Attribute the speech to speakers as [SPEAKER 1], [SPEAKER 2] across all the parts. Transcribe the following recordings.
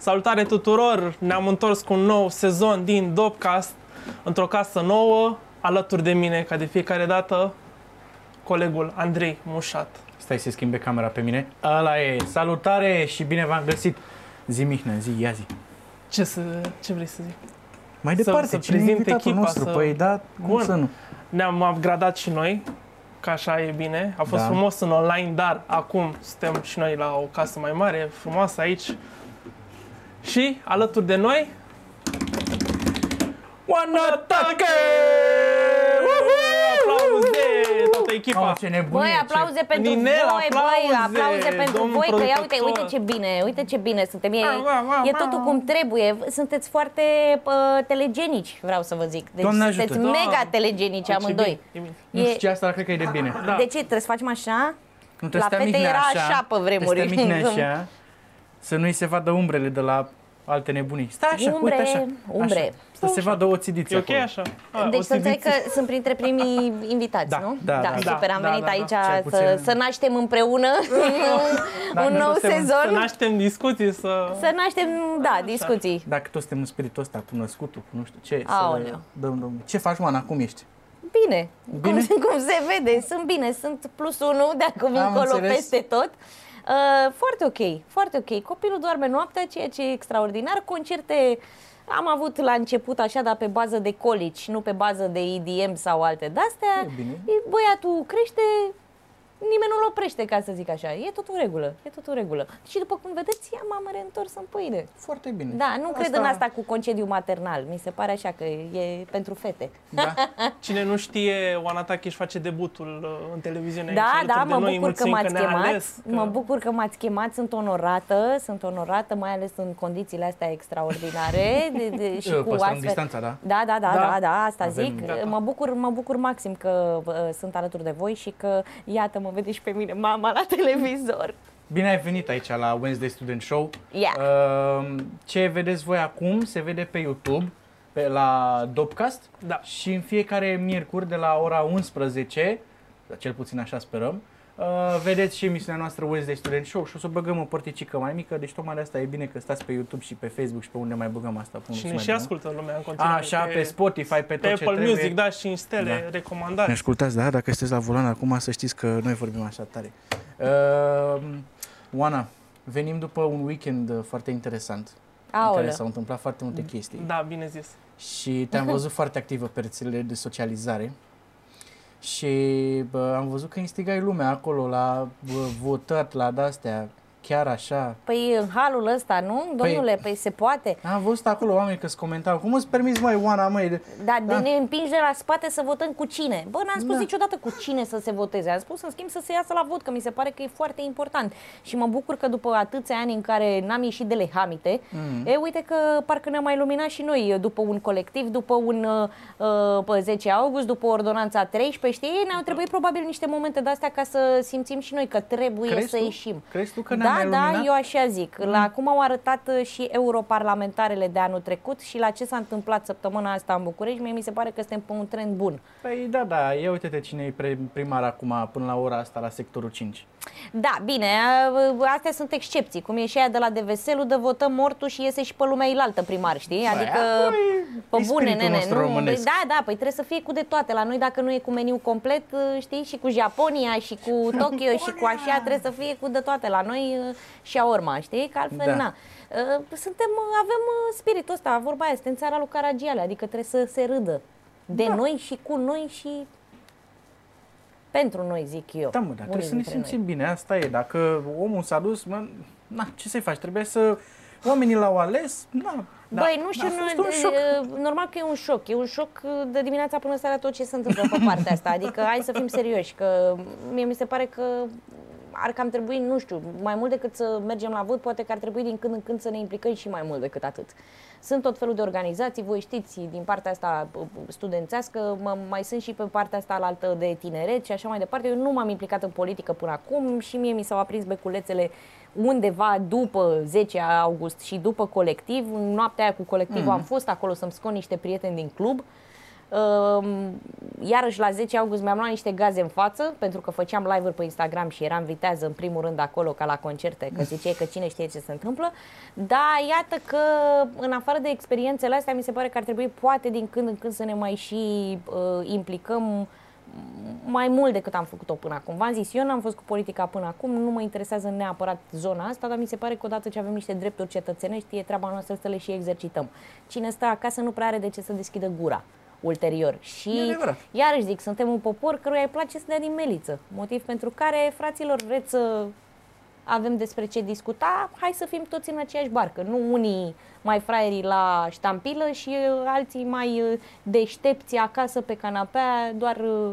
[SPEAKER 1] Salutare tuturor! Ne-am întors cu un nou sezon din Dopcast, într-o casă nouă, alături de mine, ca de fiecare dată, colegul Andrei Mușat.
[SPEAKER 2] Stai să schimbe camera pe mine. Ala e. Salutare și bine v-am găsit. Zi Mihnă, zi, ia zi.
[SPEAKER 1] Ce, să, ce vrei să zic?
[SPEAKER 2] Mai
[SPEAKER 1] Să-
[SPEAKER 2] departe,
[SPEAKER 1] să
[SPEAKER 2] cine e
[SPEAKER 1] prezint
[SPEAKER 2] invitatul
[SPEAKER 1] echipa,
[SPEAKER 2] nostru?
[SPEAKER 1] să-
[SPEAKER 2] Păi da,
[SPEAKER 1] Bun.
[SPEAKER 2] cum să nu?
[SPEAKER 1] Ne-am upgradat și noi, ca așa e bine. A fost
[SPEAKER 2] Da.
[SPEAKER 1] frumos în online, dar acum suntem și noi la o casă mai mare, frumoasă aici. Și alături de noi,
[SPEAKER 2] One attack!
[SPEAKER 1] aplauze toată echipa.
[SPEAKER 2] Oh, ce nebunie!
[SPEAKER 3] Băi, aplauze pentru
[SPEAKER 1] Ninel,
[SPEAKER 3] voi, băi,
[SPEAKER 1] aplauze,
[SPEAKER 3] aplauze pentru
[SPEAKER 1] domnul
[SPEAKER 3] voi, că ia uite,
[SPEAKER 1] producător.
[SPEAKER 3] uite ce bine, uite ce bine suntem. E,
[SPEAKER 1] Au, au, au,
[SPEAKER 3] e totul
[SPEAKER 1] au.
[SPEAKER 3] cum trebuie. Sunteți foarte uh, telegenici, vreau să vă zic. Deci
[SPEAKER 2] Doamne ajută.
[SPEAKER 3] sunteți
[SPEAKER 1] Da.
[SPEAKER 3] mega telegenici
[SPEAKER 1] Ai, ce
[SPEAKER 3] amândoi.
[SPEAKER 1] bine, e bine.
[SPEAKER 2] Nu știu
[SPEAKER 3] E-
[SPEAKER 2] ce asta, dar cred că e de bine.
[SPEAKER 1] Da.
[SPEAKER 3] De ce? Trebuie să facem așa?
[SPEAKER 2] Nu te
[SPEAKER 3] La
[SPEAKER 2] stea
[SPEAKER 3] fete
[SPEAKER 2] Mihnea
[SPEAKER 3] era așa pe vremuri.
[SPEAKER 2] Te stea Mihnea așa, să nu-i se vadă umbrele de la alte nebunii. Stai așa,
[SPEAKER 3] Umbre,
[SPEAKER 2] uite așa.
[SPEAKER 3] umbre.
[SPEAKER 2] Așa. Să se vadă o țidiță
[SPEAKER 1] E ok
[SPEAKER 2] acolo.
[SPEAKER 1] așa? A,
[SPEAKER 3] Deci
[SPEAKER 1] Da, o
[SPEAKER 3] să înțeleg
[SPEAKER 1] siviță.
[SPEAKER 3] că sunt printre primii invitați,
[SPEAKER 2] Da,
[SPEAKER 3] nu?
[SPEAKER 2] da, da,
[SPEAKER 3] super,
[SPEAKER 1] da,
[SPEAKER 3] am
[SPEAKER 1] da,
[SPEAKER 3] venit
[SPEAKER 1] da, da.
[SPEAKER 3] aici
[SPEAKER 2] Cel
[SPEAKER 3] să,
[SPEAKER 2] puțin-
[SPEAKER 3] să naștem împreună un,
[SPEAKER 2] Da,
[SPEAKER 3] un
[SPEAKER 2] ne
[SPEAKER 3] nou
[SPEAKER 2] naștem-
[SPEAKER 1] Să
[SPEAKER 3] sezon.
[SPEAKER 1] naștem discuții, să...
[SPEAKER 3] Să naștem, da, discuții.
[SPEAKER 2] Dacă toți suntem în spiritul ăsta, cu născutul, cu nu știu ce, să
[SPEAKER 3] Aoleu.
[SPEAKER 2] dăm domnul. Ce faci, Oana, cum ești?
[SPEAKER 3] Bine.
[SPEAKER 2] Bine?
[SPEAKER 3] Cum, cum se vede, sunt bine, sunt plus unu de acum
[SPEAKER 2] Am
[SPEAKER 3] încolo
[SPEAKER 2] înțeles.
[SPEAKER 3] peste tot. Uh, foarte ok, foarte ok. Copilul doarme noaptea, ceea ce e extraordinar. Concerte am avut la început așa, dar pe bază de colici, nu pe bază de EDM sau alte de-astea.
[SPEAKER 2] E bine.
[SPEAKER 3] E- Băiatul crește, nimeni nu-l oprește, ca să zic așa. E tot în regulă, e tot în regulă. Și după cum vedeți, ea m-am reîntors în pâine.
[SPEAKER 2] Foarte bine.
[SPEAKER 3] Da, nu cred în asta cu concediu maternal. Mi se pare așa că e pentru fete.
[SPEAKER 2] Da.
[SPEAKER 1] Cine nu știe, Oana Tachi își face debutul uh, în televiziune. aici,
[SPEAKER 3] Da,
[SPEAKER 1] alături
[SPEAKER 3] da,
[SPEAKER 1] de
[SPEAKER 3] mă
[SPEAKER 1] noi.
[SPEAKER 3] bucur că
[SPEAKER 1] Mulțumim
[SPEAKER 3] m-ați
[SPEAKER 1] ne-a
[SPEAKER 3] chemat.
[SPEAKER 1] ales, că-
[SPEAKER 3] Mă bucur că m-ați chemat, sunt onorată, sunt onorată, mai ales în condițiile astea extraordinare de, de, și
[SPEAKER 2] Eu
[SPEAKER 3] cu
[SPEAKER 2] păstrăm
[SPEAKER 3] astfel.
[SPEAKER 2] distanța, da?
[SPEAKER 3] Da, da, da,
[SPEAKER 1] Da.
[SPEAKER 3] da, da, asta
[SPEAKER 2] Avem-
[SPEAKER 3] zic.
[SPEAKER 1] Gata.
[SPEAKER 3] Mă bucur, mă bucur maxim că uh, sunt alături de voi și că iată mă vede și pe mine mama la televizor.
[SPEAKER 2] Bine ai venit aici la Wednesday Student Show.
[SPEAKER 3] Yeah.
[SPEAKER 2] Uh, Ce vedeți voi acum se vede pe YouTube, pe, la Dopcast
[SPEAKER 1] Da.
[SPEAKER 2] și în fiecare miercuri de la ora 11, dar cel puțin așa sperăm, uh, vedeți și emisiunea noastră Wednesday Student Show și o să băgăm o părticică mai mică, deci tocmai de asta e bine că stați pe YouTube și pe Facebook și pe unde mai băgăm asta. pe unde
[SPEAKER 1] Și
[SPEAKER 2] se
[SPEAKER 1] ne
[SPEAKER 2] mai
[SPEAKER 1] și
[SPEAKER 2] băgăm.
[SPEAKER 1] ascultă lumea în continuare.
[SPEAKER 2] Așa, pe, Spotify, pe, tot
[SPEAKER 1] pe
[SPEAKER 2] ce
[SPEAKER 1] Apple
[SPEAKER 2] trebuie.
[SPEAKER 1] Music, da, 5 stele,
[SPEAKER 2] Da. Ne
[SPEAKER 1] recomandare.
[SPEAKER 2] ascultați, da? Dacă sunteți la volan acum, să știți că noi vorbim așa tare. Uh, Oana, venim după un weekend uh, foarte interesant. În care
[SPEAKER 3] Aoleu.
[SPEAKER 2] s-au întâmplat foarte multe chestii.
[SPEAKER 1] Da, bine zis.
[SPEAKER 2] Și te-am văzut foarte activă pe rețelele de socializare. Și bă, am văzut că instigai lumea acolo la bă, votat, la de-astea, chiar așa.
[SPEAKER 3] Păi în halul ăsta, nu? Domnule, păi se poate.
[SPEAKER 2] Am văzut acolo oameni că-ți comentau, cum îți permiți, măi, Oana, măi? de-"
[SPEAKER 3] Dar de
[SPEAKER 2] Da.
[SPEAKER 3] ne împingi de la spate să votăm cu cine? Bă, n-am spus
[SPEAKER 2] Da.
[SPEAKER 3] niciodată cu cine să se voteze. Am spus, în schimb, să se iasă la vot, că mi se pare că e foarte important. Și mă bucur că după atâția ani în care n-am ieșit de lehamite, mm e, uite că parcă ne-am mai luminat și noi după un colectiv, după un uh, uh, 10 august, după ordonanța 13, știi?
[SPEAKER 2] Da.
[SPEAKER 3] Ne-au trebuit probabil niște momente de-astea ca să simțim și noi că trebuie
[SPEAKER 2] Crezi
[SPEAKER 3] să
[SPEAKER 2] tu?
[SPEAKER 3] ieșim.
[SPEAKER 2] Crezi tu că ne-am
[SPEAKER 3] Da,
[SPEAKER 2] mai
[SPEAKER 3] da,
[SPEAKER 2] luminat?
[SPEAKER 3] eu așa zic. La cum au arătat uh, și europarlamentarele de anul trecut și la ce s-a întâmplat săptămâna asta în București, mie mi se pare că suntem pe un trend bun.
[SPEAKER 2] Păi da, da, ia uite-te cine e pre- primar acum, până la ora asta, la sectorul 5.
[SPEAKER 3] Da, bine, uh, astea sunt excepții, cum e și aia de la Deveselu, de votăm mortul și iese și pe lumea ilaltă primar, știi? Adică,
[SPEAKER 2] păi, e spiritul nostru românesc.
[SPEAKER 3] Da, da, păi trebuie să fie cu de toate. La noi, dacă nu e cu meniu complet, uh, știi, și cu Japonia, și cu Tokyo, și cu așa, trebuie să fie cu de toate. La noi uh, și a urma, știi? Că altfel,
[SPEAKER 2] Da.
[SPEAKER 3] da. na. Uh, Suntem, uh, avem uh, spiritul ăsta, vorba aia, suntem țara lui Caragiale, adică trebuie să se râdă de da. noi și cu noi și pentru noi, zic eu.
[SPEAKER 2] Da, mă, dar
[SPEAKER 3] unii
[SPEAKER 2] trebuie să ne
[SPEAKER 3] dintre noi.
[SPEAKER 2] simțim bine, asta e. Dacă omul s-a dus, mă, na, ce să-i faci? Trebuie să... Oamenii l-au ales, na,
[SPEAKER 3] Da, Băi, nu știu,
[SPEAKER 2] a fost
[SPEAKER 3] nu,
[SPEAKER 2] un șoc.
[SPEAKER 3] e, normal că e un șoc. E un șoc de dimineața până seara tot ce se întâmplă pe partea asta. Adică hai să fim serioși, că mie mi se pare că ar cam trebui, nu știu, mai mult decât să mergem la vot, poate că ar trebui din când în când să ne implicăm și mai mult decât atât. Sunt tot felul de organizații, voi știți, din partea asta uh, studențească, mă, mai sunt și pe partea asta la altă de tineret și așa mai departe. Eu nu m-am implicat în politică până acum și mie mi s-au aprins beculețele undeva după 10 august și după colectiv, în noaptea aia cu colectivul mm. am fost acolo să-mi scot niște prieteni din club. Um, Iarăși la 10 august mi-am luat niște gaze în față pentru că făceam live-uri pe Instagram și eram vitează în primul rând acolo ca la concerte, că ziceai că cine știe ce se întâmplă. Dar iată că în afară de experiențele astea mi se pare că ar trebui poate din când în când să ne mai și uh, implicăm mai mult decât am făcut-o până acum. V-am zis, eu n-am fost cu politica până acum, nu mă interesează neapărat zona asta, dar mi se pare că odată ce avem niște drepturi cetățenești, e treaba noastră să le și exercităm. Cine stă acasă nu prea are de ce să deschidă gura ulterior.
[SPEAKER 2] E
[SPEAKER 3] Și
[SPEAKER 2] adevărat.
[SPEAKER 3] iarăși zic, suntem un popor căruia îi place să dea din meliță, motiv pentru care, fraților, vreți să avem despre ce discuta, hai să fim toți în aceeași barcă, nu unii mai fraierii la ștampilă și uh, alții mai uh, deștepți acasă pe canapea, doar uh,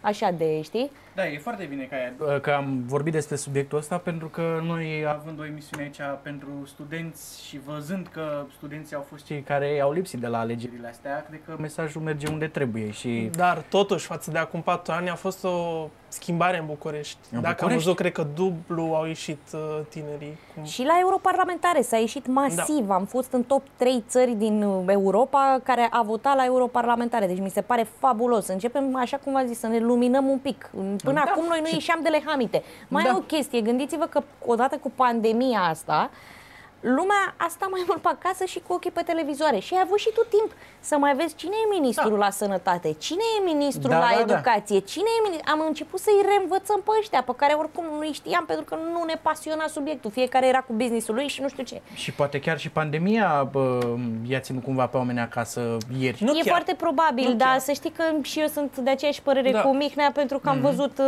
[SPEAKER 3] așa de, știi?
[SPEAKER 2] Da, e foarte bine că, ai, că am vorbit despre subiectul ăsta pentru că noi având o emisiune aici pentru studenți și văzând că studenții au fost cei care au lipsit de la alegerile astea, cred că mesajul merge unde trebuie și
[SPEAKER 1] Dar totuși, față de acum 4 ani, a fost o schimbare în București.
[SPEAKER 2] În
[SPEAKER 1] Dacă am
[SPEAKER 2] București?
[SPEAKER 1] văzut, cred că dublu au ieșit uh, tinerii. Cum...
[SPEAKER 3] Și
[SPEAKER 2] Exact.
[SPEAKER 3] la europarlamentare s-a ieșit masiv. Da. Am fost în top 3 țări din uh, Europa care a votat la europarlamentare. Deci mi se pare fabulos. Începem, așa cum v-am zis, să ne luminăm un pic. Până
[SPEAKER 2] Da.
[SPEAKER 3] acum noi nu ieșeam de lehamite. Mai
[SPEAKER 2] Da.
[SPEAKER 3] e o chestie. Gândiți-vă că odată cu pandemia asta, lumea a stat mai mult pe acasă și cu ochii pe televizoare. Și ai avut și tu timp să mai vezi cine e ministrul la sănătate, cine e ministrul
[SPEAKER 2] Da,
[SPEAKER 3] la
[SPEAKER 2] da, da.
[SPEAKER 3] educație educație. Cine e mini- Am început să-i reînvățăm pe ăștia, pe care oricum nu-i știam pentru că nu ne pasiona subiectul. Fiecare era cu businessul lui și nu știu ce.
[SPEAKER 2] și poate chiar și pandemia bă, i-a ținut cumva pe oameni acasă ieri.
[SPEAKER 1] Nu
[SPEAKER 3] e
[SPEAKER 1] chiar.
[SPEAKER 3] foarte probabil,
[SPEAKER 1] Nu
[SPEAKER 3] dar
[SPEAKER 1] chiar.
[SPEAKER 3] să știi că și eu sunt de aceeași părere
[SPEAKER 1] Da.
[SPEAKER 3] cu Mihnea pentru că am văzut,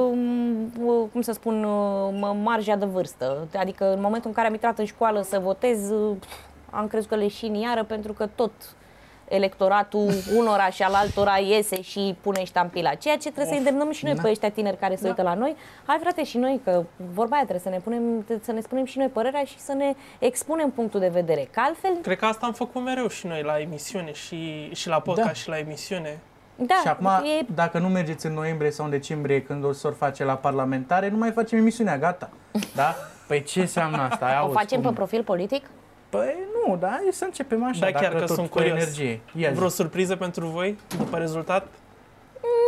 [SPEAKER 3] uh, uh, cum să spun, uh, m- marja de vârstă. Adică în momentul în care am intrat în școală să votez, uh, pf, am crezut că leșin iară pentru că tot electoratul unora și al altora iese și pune ștampila. Ceea ce trebuie să îndemnăm și noi
[SPEAKER 1] Da.
[SPEAKER 3] pe ăștia tineri care se uită la noi. Hai frate și noi, că vorba aia trebuie să ne, punem, să ne spunem și noi părerea și să ne expunem punctul de vedere. Că altfel,
[SPEAKER 1] Cred că asta am făcut mereu și noi la emisiune și, și la podcast
[SPEAKER 2] Da.
[SPEAKER 1] da. și la emisiune.
[SPEAKER 3] da,
[SPEAKER 2] și acum,
[SPEAKER 3] e
[SPEAKER 2] dacă nu mergeți în noiembrie sau în decembrie când o să face la parlamentare, nu mai facem emisiunea, gata. Da? Păi ce înseamnă asta? Auzi,
[SPEAKER 3] O facem
[SPEAKER 2] cum-
[SPEAKER 3] pe profil politic?
[SPEAKER 2] Păi nu, da, hai să începem așa,
[SPEAKER 1] Da, chiar
[SPEAKER 2] dacă
[SPEAKER 1] că
[SPEAKER 2] tot,
[SPEAKER 1] sunt
[SPEAKER 2] cu
[SPEAKER 1] curios.
[SPEAKER 2] energie. Ia zi.
[SPEAKER 1] Vreo surpriză pentru voi după rezultat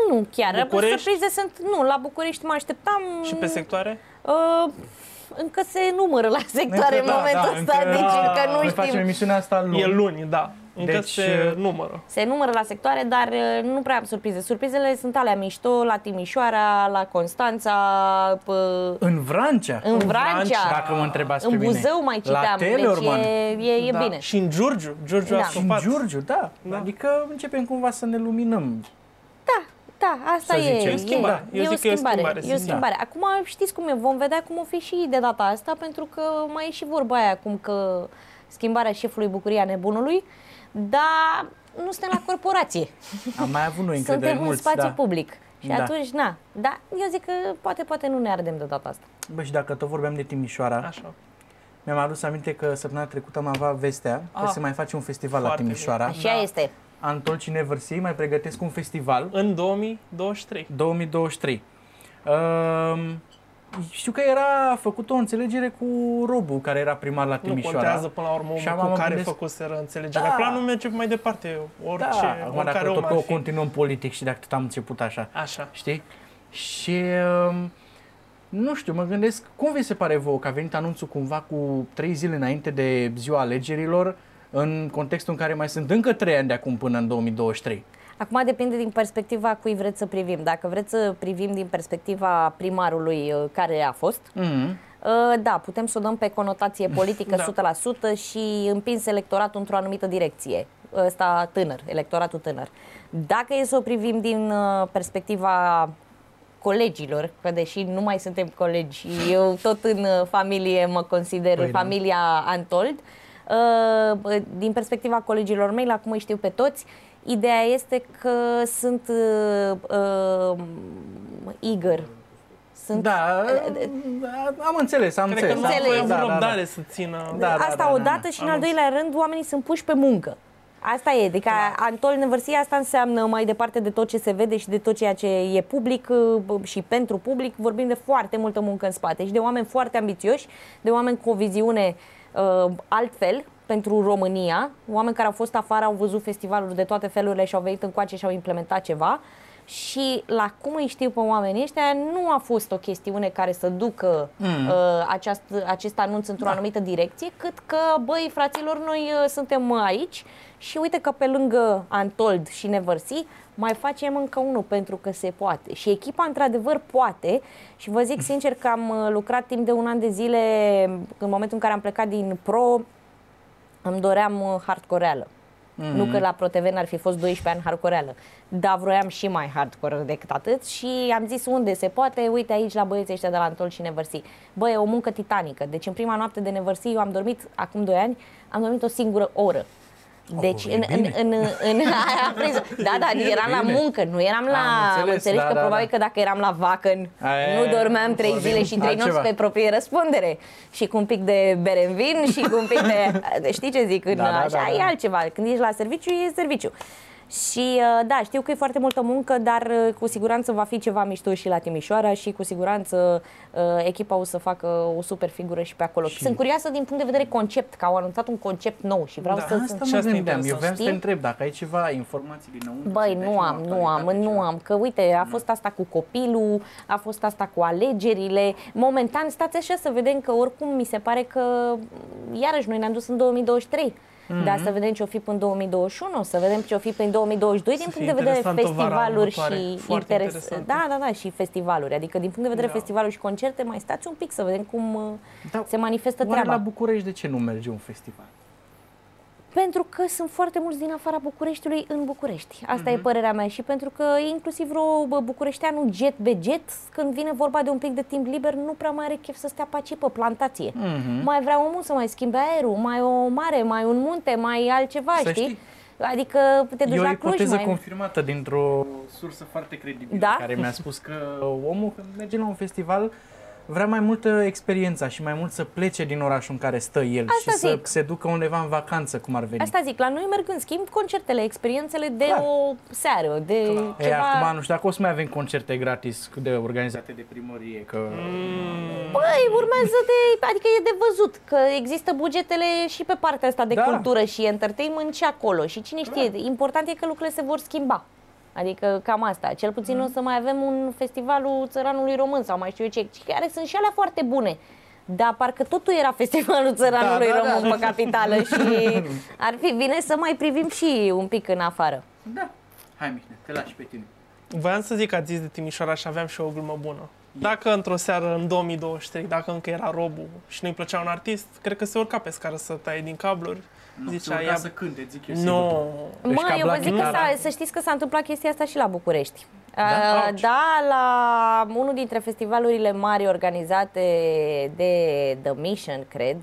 [SPEAKER 3] Nu, chiar.
[SPEAKER 1] București?
[SPEAKER 3] Surprize sunt... Nu, la București mă așteptam...
[SPEAKER 1] și
[SPEAKER 2] Mm.
[SPEAKER 1] pe sectoare?
[SPEAKER 3] Uh, încă se numără la sectoare în
[SPEAKER 2] Da,
[SPEAKER 3] momentul
[SPEAKER 2] da,
[SPEAKER 3] ăsta,
[SPEAKER 2] încă-
[SPEAKER 3] deci încă nu
[SPEAKER 2] Noi
[SPEAKER 3] știm.
[SPEAKER 2] facem emisiunea asta luni.
[SPEAKER 1] E luni, da. Încă
[SPEAKER 2] Deci,
[SPEAKER 1] deci, se
[SPEAKER 2] uh,
[SPEAKER 1] numără.
[SPEAKER 3] Se numără la sectoare, dar uh, nu prea am surprize. Surprizele sunt alea mișto, la Timișoara, la Constanța, pă,
[SPEAKER 2] În Vrancea.
[SPEAKER 3] în
[SPEAKER 1] Vrancea.
[SPEAKER 3] Vrancea,
[SPEAKER 2] Dacă mă întrebați
[SPEAKER 3] în
[SPEAKER 2] pe mine.
[SPEAKER 3] Buzău mai
[SPEAKER 2] La
[SPEAKER 3] citeam. Deci
[SPEAKER 2] Teleorman.
[SPEAKER 3] e, e, e
[SPEAKER 1] da.
[SPEAKER 3] bine.
[SPEAKER 1] Și în Giurgiu. Giurgiu
[SPEAKER 3] Da.
[SPEAKER 1] a
[SPEAKER 2] Și în
[SPEAKER 1] scăpat.
[SPEAKER 2] Giurgiu, da.
[SPEAKER 1] Da.
[SPEAKER 2] Adică începem cumva să ne luminăm.
[SPEAKER 3] Da, asta
[SPEAKER 2] Să
[SPEAKER 3] e.
[SPEAKER 2] zicem.
[SPEAKER 1] E o schimbare.
[SPEAKER 3] E,
[SPEAKER 1] Eu
[SPEAKER 3] e, o
[SPEAKER 1] zic că e o
[SPEAKER 3] schimbare.
[SPEAKER 1] schimbare,
[SPEAKER 3] E o
[SPEAKER 1] da.
[SPEAKER 3] schimbare. Acum știți cum e, vom vedea cum o fi și de data asta, pentru că mai e și vorba aia acum că schimbarea șefului Bucuria Nebunului, dar nu suntem la corporație.
[SPEAKER 2] Am mai avut noi încredere
[SPEAKER 3] suntem în
[SPEAKER 2] mulți,
[SPEAKER 3] spațiu
[SPEAKER 2] da.
[SPEAKER 3] public. Și
[SPEAKER 2] Da.
[SPEAKER 3] atunci, na, da, eu zic că poate, poate nu ne ardem de data asta.
[SPEAKER 2] Bă, și dacă tot vorbeam de Timișoara,
[SPEAKER 1] Așa.
[SPEAKER 2] mi-am adus aminte că săptămâna trecută am avut vestea că
[SPEAKER 1] Ah.
[SPEAKER 2] se mai face un festival
[SPEAKER 1] Foarte
[SPEAKER 2] la
[SPEAKER 1] bine.
[SPEAKER 2] Timișoara.
[SPEAKER 3] Așa
[SPEAKER 1] da.
[SPEAKER 3] este.
[SPEAKER 2] Antol Cineversi mai pregătesc un festival
[SPEAKER 1] În 2023.
[SPEAKER 2] 2023. Um, știu că era făcut o înțelegere cu Robu, care era primar la
[SPEAKER 1] Nu
[SPEAKER 2] Timișoara.
[SPEAKER 1] contează până la urmă
[SPEAKER 2] Și
[SPEAKER 1] omul
[SPEAKER 2] acum
[SPEAKER 1] cu
[SPEAKER 2] mă
[SPEAKER 1] care
[SPEAKER 2] gândesc-
[SPEAKER 1] făcuseră înțelegerea.
[SPEAKER 2] Da.
[SPEAKER 1] Planul merge mai departe,
[SPEAKER 2] da,
[SPEAKER 1] orice,
[SPEAKER 2] acum
[SPEAKER 1] oricare
[SPEAKER 2] dacă
[SPEAKER 1] om
[SPEAKER 2] tot
[SPEAKER 1] ar
[SPEAKER 2] o
[SPEAKER 1] fi.
[SPEAKER 2] continuăm politic și dacă tot am început așa.
[SPEAKER 1] Așa.
[SPEAKER 2] Știi? Și um, nu știu, mă gândesc, cum vi se pare vouă că a venit anunțul cumva cu trei zile înainte de ziua alegerilor, în contextul în care mai sunt încă trei ani de acum până în 2023?
[SPEAKER 3] Acum depinde din perspectiva cui vreți să privim. Dacă vreți să privim din perspectiva primarului uh, care a fost,
[SPEAKER 2] Mm-hmm.
[SPEAKER 3] Uh, Da, putem să o dăm pe conotație politică
[SPEAKER 1] Da.
[SPEAKER 3] 100% și împins electoratul într-o anumită direcție. Ăsta tânăr, electoratul tânăr. Dacă e să o privim din uh, perspectiva colegilor, că deși nu mai suntem colegi, eu tot în uh, familie mă consider
[SPEAKER 2] Păi da.
[SPEAKER 3] familie familia Antold. Uh, Din perspectiva colegilor mei, la cum îi știu pe toți, ideea este că sunt uh, uh, eager. Sunt Eh,
[SPEAKER 2] Da, am înțeles, am
[SPEAKER 1] Cred că
[SPEAKER 2] înțeles.
[SPEAKER 1] nu
[SPEAKER 2] am
[SPEAKER 1] au
[SPEAKER 3] Înțeles.
[SPEAKER 1] avut
[SPEAKER 2] înțeles.
[SPEAKER 1] da, răbdare să țină...
[SPEAKER 2] Da, da,
[SPEAKER 3] asta
[SPEAKER 2] da,
[SPEAKER 3] o
[SPEAKER 2] da,
[SPEAKER 3] dată
[SPEAKER 2] da.
[SPEAKER 3] și în al doilea rând oamenii sunt puși pe muncă. Asta e, adică Antol Nevărsie asta înseamnă mai departe de tot ce se vede și de tot ceea ce e public uh, b- și pentru public, vorbim de foarte multă muncă în spate și de oameni foarte ambițioși, de oameni cu o viziune uh, altfel, pentru România. Oameni care au fost afară au văzut festivaluri de toate felurile și au venit încoace și au implementat ceva. Și la cum îi știu pe oamenii ăștia, nu a fost o chestiune care să ducă mm. uh, aceast, acest anunț într-o da. anumită direcție, cât că, băi, fraților, noi uh, suntem uh, aici și uite că pe lângă Antold și Neversi mai facem încă unul pentru că se poate. Și echipa, într-adevăr, poate. Și vă zic sincer că am uh, lucrat timp de un an de zile, în momentul în care am plecat din Pro, îmi doream uh, hardcoreală.
[SPEAKER 2] Mm.
[SPEAKER 3] Mm-hmm. Nu că la ProTV n-ar fi fost 12 ani hardcoreală, dar vroiam și mai hardcore decât atât și am zis unde se poate, uite aici la băieții ăștia de la Antol și Neversi. Bă, e o muncă titanică, deci în prima noapte de Neversi eu am dormit, acum 2 ani, am dormit o singură oră. Deci,
[SPEAKER 2] Oh, e
[SPEAKER 3] în, în,
[SPEAKER 2] bine.
[SPEAKER 3] în, în, aia a prins. Da, da,
[SPEAKER 2] bine,
[SPEAKER 3] eram la
[SPEAKER 2] bine.
[SPEAKER 3] muncă, nu eram la...
[SPEAKER 2] Am înțeles,
[SPEAKER 3] înțelegi
[SPEAKER 2] da,
[SPEAKER 3] că
[SPEAKER 2] da,
[SPEAKER 3] probabil
[SPEAKER 2] da.
[SPEAKER 3] că dacă eram la vacan,
[SPEAKER 2] Aia,
[SPEAKER 3] nu dormeam trei
[SPEAKER 2] vorbim
[SPEAKER 3] zile și trei
[SPEAKER 2] altceva.
[SPEAKER 3] nopți pe proprie răspundere. Și cu un pic de bere în vin și cu un pic de... Știi ce zic? În,
[SPEAKER 2] Da, da, da,
[SPEAKER 3] așa,
[SPEAKER 2] da.
[SPEAKER 3] e altceva. Când ești la serviciu, e serviciu. Și uh, da, știu că e foarte multă muncă, dar uh, cu siguranță va fi ceva mișto și la Timișoara și cu siguranță uh, echipa o să facă o super figură și pe acolo. Și... Sunt curioasă din punct de vedere concept, că au anunțat un concept nou și vreau
[SPEAKER 1] Da,
[SPEAKER 3] să...
[SPEAKER 2] Asta
[SPEAKER 1] Și
[SPEAKER 2] mă
[SPEAKER 1] asta e
[SPEAKER 2] gândeam,
[SPEAKER 1] interesant,
[SPEAKER 2] eu vreau să te
[SPEAKER 3] știi?
[SPEAKER 2] întreb dacă ai ceva informații dinăuntru. să
[SPEAKER 3] Băi,
[SPEAKER 1] Deci
[SPEAKER 2] dai
[SPEAKER 3] nu
[SPEAKER 2] ceva
[SPEAKER 3] am, nu am,
[SPEAKER 2] actualitate,
[SPEAKER 3] nu
[SPEAKER 2] ceva.
[SPEAKER 3] am, că uite,
[SPEAKER 1] Mm.
[SPEAKER 3] a fost asta cu copilul, a fost asta cu alegerile. Momentan, stați așa să vedem că oricum mi se pare că, mm, iarăși, noi ne-am dus în 2023. Mm-hmm. Dar să vedem ce o fi până în 2021, să vedem ce o fi până în 2022 din
[SPEAKER 1] Să
[SPEAKER 3] punct de
[SPEAKER 1] fie
[SPEAKER 3] vedere
[SPEAKER 1] interesantă vara
[SPEAKER 3] festivaluri și
[SPEAKER 1] următoare, foarte interesantă.
[SPEAKER 3] Da, da, da, și festivaluri. Adică din punct de vedere
[SPEAKER 1] Da.
[SPEAKER 3] festivaluri și concerte, mai stați un pic să vedem cum uh,
[SPEAKER 2] Da,
[SPEAKER 3] se manifestă
[SPEAKER 2] Oare
[SPEAKER 3] treaba.
[SPEAKER 2] la București de ce nu merge un festival?
[SPEAKER 3] Pentru că sunt foarte mulți din afara Bucureștiului în București. Asta
[SPEAKER 2] Mhm.
[SPEAKER 3] e părerea mea și pentru că inclusiv vreo bă, bucureșteanul jet be jet, când vine vorba de un pic de timp liber, nu prea mai are chef să stea pe aici, pe plantație.
[SPEAKER 2] Mhm.
[SPEAKER 3] Mai vrea omul să mai schimbe aerul, mai o mare, mai un munte, mai altceva,
[SPEAKER 2] Să
[SPEAKER 3] știi?
[SPEAKER 2] știi.
[SPEAKER 3] Adică te duci
[SPEAKER 2] E o
[SPEAKER 3] la Cluj
[SPEAKER 2] ipoteză
[SPEAKER 3] mai...
[SPEAKER 2] confirmată dintr-o sursă foarte credibilă
[SPEAKER 3] Da?
[SPEAKER 2] care mi-a spus că omul când merge la un festival vrea mai multă experiența și mai mult să plece din orașul în care stă el
[SPEAKER 3] Asta
[SPEAKER 2] și
[SPEAKER 3] zic.
[SPEAKER 2] să se ducă undeva în vacanță, cum ar veni.
[SPEAKER 3] Asta zic, la noi merg în schimb concertele, experiențele de
[SPEAKER 2] Clar.
[SPEAKER 3] o seară, de
[SPEAKER 2] E,
[SPEAKER 3] ceva...
[SPEAKER 2] acum nu știu dacă o să mai avem concerte gratis de organizate de primărie, că
[SPEAKER 3] Păi, urmează de... Adică e de văzut că există bugetele și pe partea asta de
[SPEAKER 2] Da.
[SPEAKER 3] da. cultură și entertainment și acolo. Și cine știe, important e că lucrurile se vor schimba. Adică cam asta. Cel puțin
[SPEAKER 2] Da.
[SPEAKER 3] mm. o să mai avem un festivalul țăranului român sau mai știu eu ce, care sunt și alea foarte bune. Dar parcă totul era festivalul țăranului
[SPEAKER 2] Da,
[SPEAKER 3] da,
[SPEAKER 2] da, da.
[SPEAKER 3] român da, da. pe capitală și ar fi bine să mai privim și un pic în afară.
[SPEAKER 2] Da. Hai, Mihnea, te lași pe tine.
[SPEAKER 1] Voiam să zic că ați zis de Timișoara și aveam și eu o glumă bună. Dacă într-o seară în 2023, dacă încă era robu și nu-i plăcea un artist, cred că se urca pe scară să taie din cabluri.
[SPEAKER 4] Nu,
[SPEAKER 1] Zicea
[SPEAKER 4] se urca
[SPEAKER 1] ea-
[SPEAKER 4] să cânte, zic eu
[SPEAKER 1] Nu,
[SPEAKER 4] sigur.
[SPEAKER 2] Deci
[SPEAKER 3] Mă,
[SPEAKER 2] ca
[SPEAKER 3] eu vă
[SPEAKER 2] Black
[SPEAKER 3] zic că
[SPEAKER 2] Mirror.
[SPEAKER 3] s-a, să știți că s-a întâmplat chestia asta și la București. Da,
[SPEAKER 1] Auci.
[SPEAKER 3] da la unul dintre festivalurile mari organizate de The Mission, cred,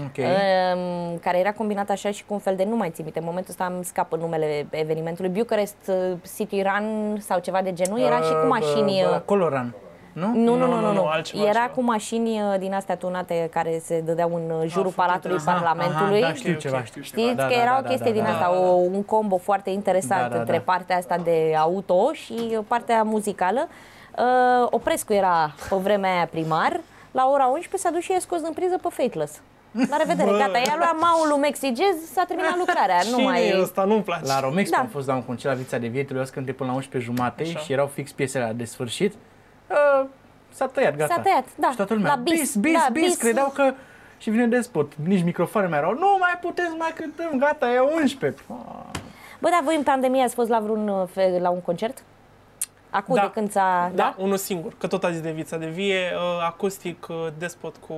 [SPEAKER 2] Ok.
[SPEAKER 3] um, care era combinat așa și cu un fel de, nu mai țin minte, în momentul ăsta îmi scapă numele evenimentului, Bucharest uh, City Run sau ceva de genul, era și cu mașini... uh,
[SPEAKER 2] Ă, Coloran. Nu?
[SPEAKER 3] nu,
[SPEAKER 1] Nu,
[SPEAKER 3] nu,
[SPEAKER 1] nu,
[SPEAKER 3] nu, nu,
[SPEAKER 1] nu,
[SPEAKER 3] nu.
[SPEAKER 1] altceva,
[SPEAKER 3] Era
[SPEAKER 1] altceva.
[SPEAKER 3] cu mașini uh, din astea tunate care se dădeau în uh, jurul
[SPEAKER 1] făcut,
[SPEAKER 3] Palatului
[SPEAKER 2] Ah, Aha,
[SPEAKER 3] Parlamentului.
[SPEAKER 2] Aha, da, știu
[SPEAKER 1] Ok,
[SPEAKER 2] ceva,
[SPEAKER 1] ok.
[SPEAKER 2] știu ceva.
[SPEAKER 3] Știți
[SPEAKER 2] da,
[SPEAKER 3] că
[SPEAKER 2] da,
[SPEAKER 3] era
[SPEAKER 2] da,
[SPEAKER 3] o
[SPEAKER 2] da,
[SPEAKER 3] chestie
[SPEAKER 2] da,
[SPEAKER 3] din
[SPEAKER 2] da.
[SPEAKER 3] asta, o, un combo foarte interesant
[SPEAKER 2] Da, da,
[SPEAKER 3] între
[SPEAKER 2] da.
[SPEAKER 3] partea asta de auto și partea muzicală. Uh, Oprescu era pe vremea aia primar, la ora 11 s-a dus și i-a scos în priză pe Fateless. La revedere,
[SPEAKER 1] Bă.
[SPEAKER 3] gata, i-a luat maulul mexigez, s-a terminat lucrarea, nu
[SPEAKER 1] Cine
[SPEAKER 3] mai...
[SPEAKER 1] e ăsta? Nu-mi place.
[SPEAKER 2] La Romex
[SPEAKER 3] Da.
[SPEAKER 2] am fost la un concert la Vița de Vietului, eu cânte până la 11 jumate
[SPEAKER 1] Așa.
[SPEAKER 2] și erau fix piesele alea de sfârșit. Uh, s-a tăiat, gata.
[SPEAKER 3] S-a tăiat, da.
[SPEAKER 2] Și toată lumea,
[SPEAKER 3] La bis,
[SPEAKER 2] bis, bis,
[SPEAKER 3] da,
[SPEAKER 2] bis,
[SPEAKER 3] bis.
[SPEAKER 2] credeau că... Și vine despot, nici microfoane mai erau, nu mai puteți, mai cântăm, gata, e 11. Ah.
[SPEAKER 3] Bă, dar voi în pandemie ați fost la vreun uh, fe- la un concert? Acum
[SPEAKER 1] Da.
[SPEAKER 3] de când s-a...
[SPEAKER 1] Da, unul singur, că tot a zis de Vița de Vie, uh, acustic uh, despot cu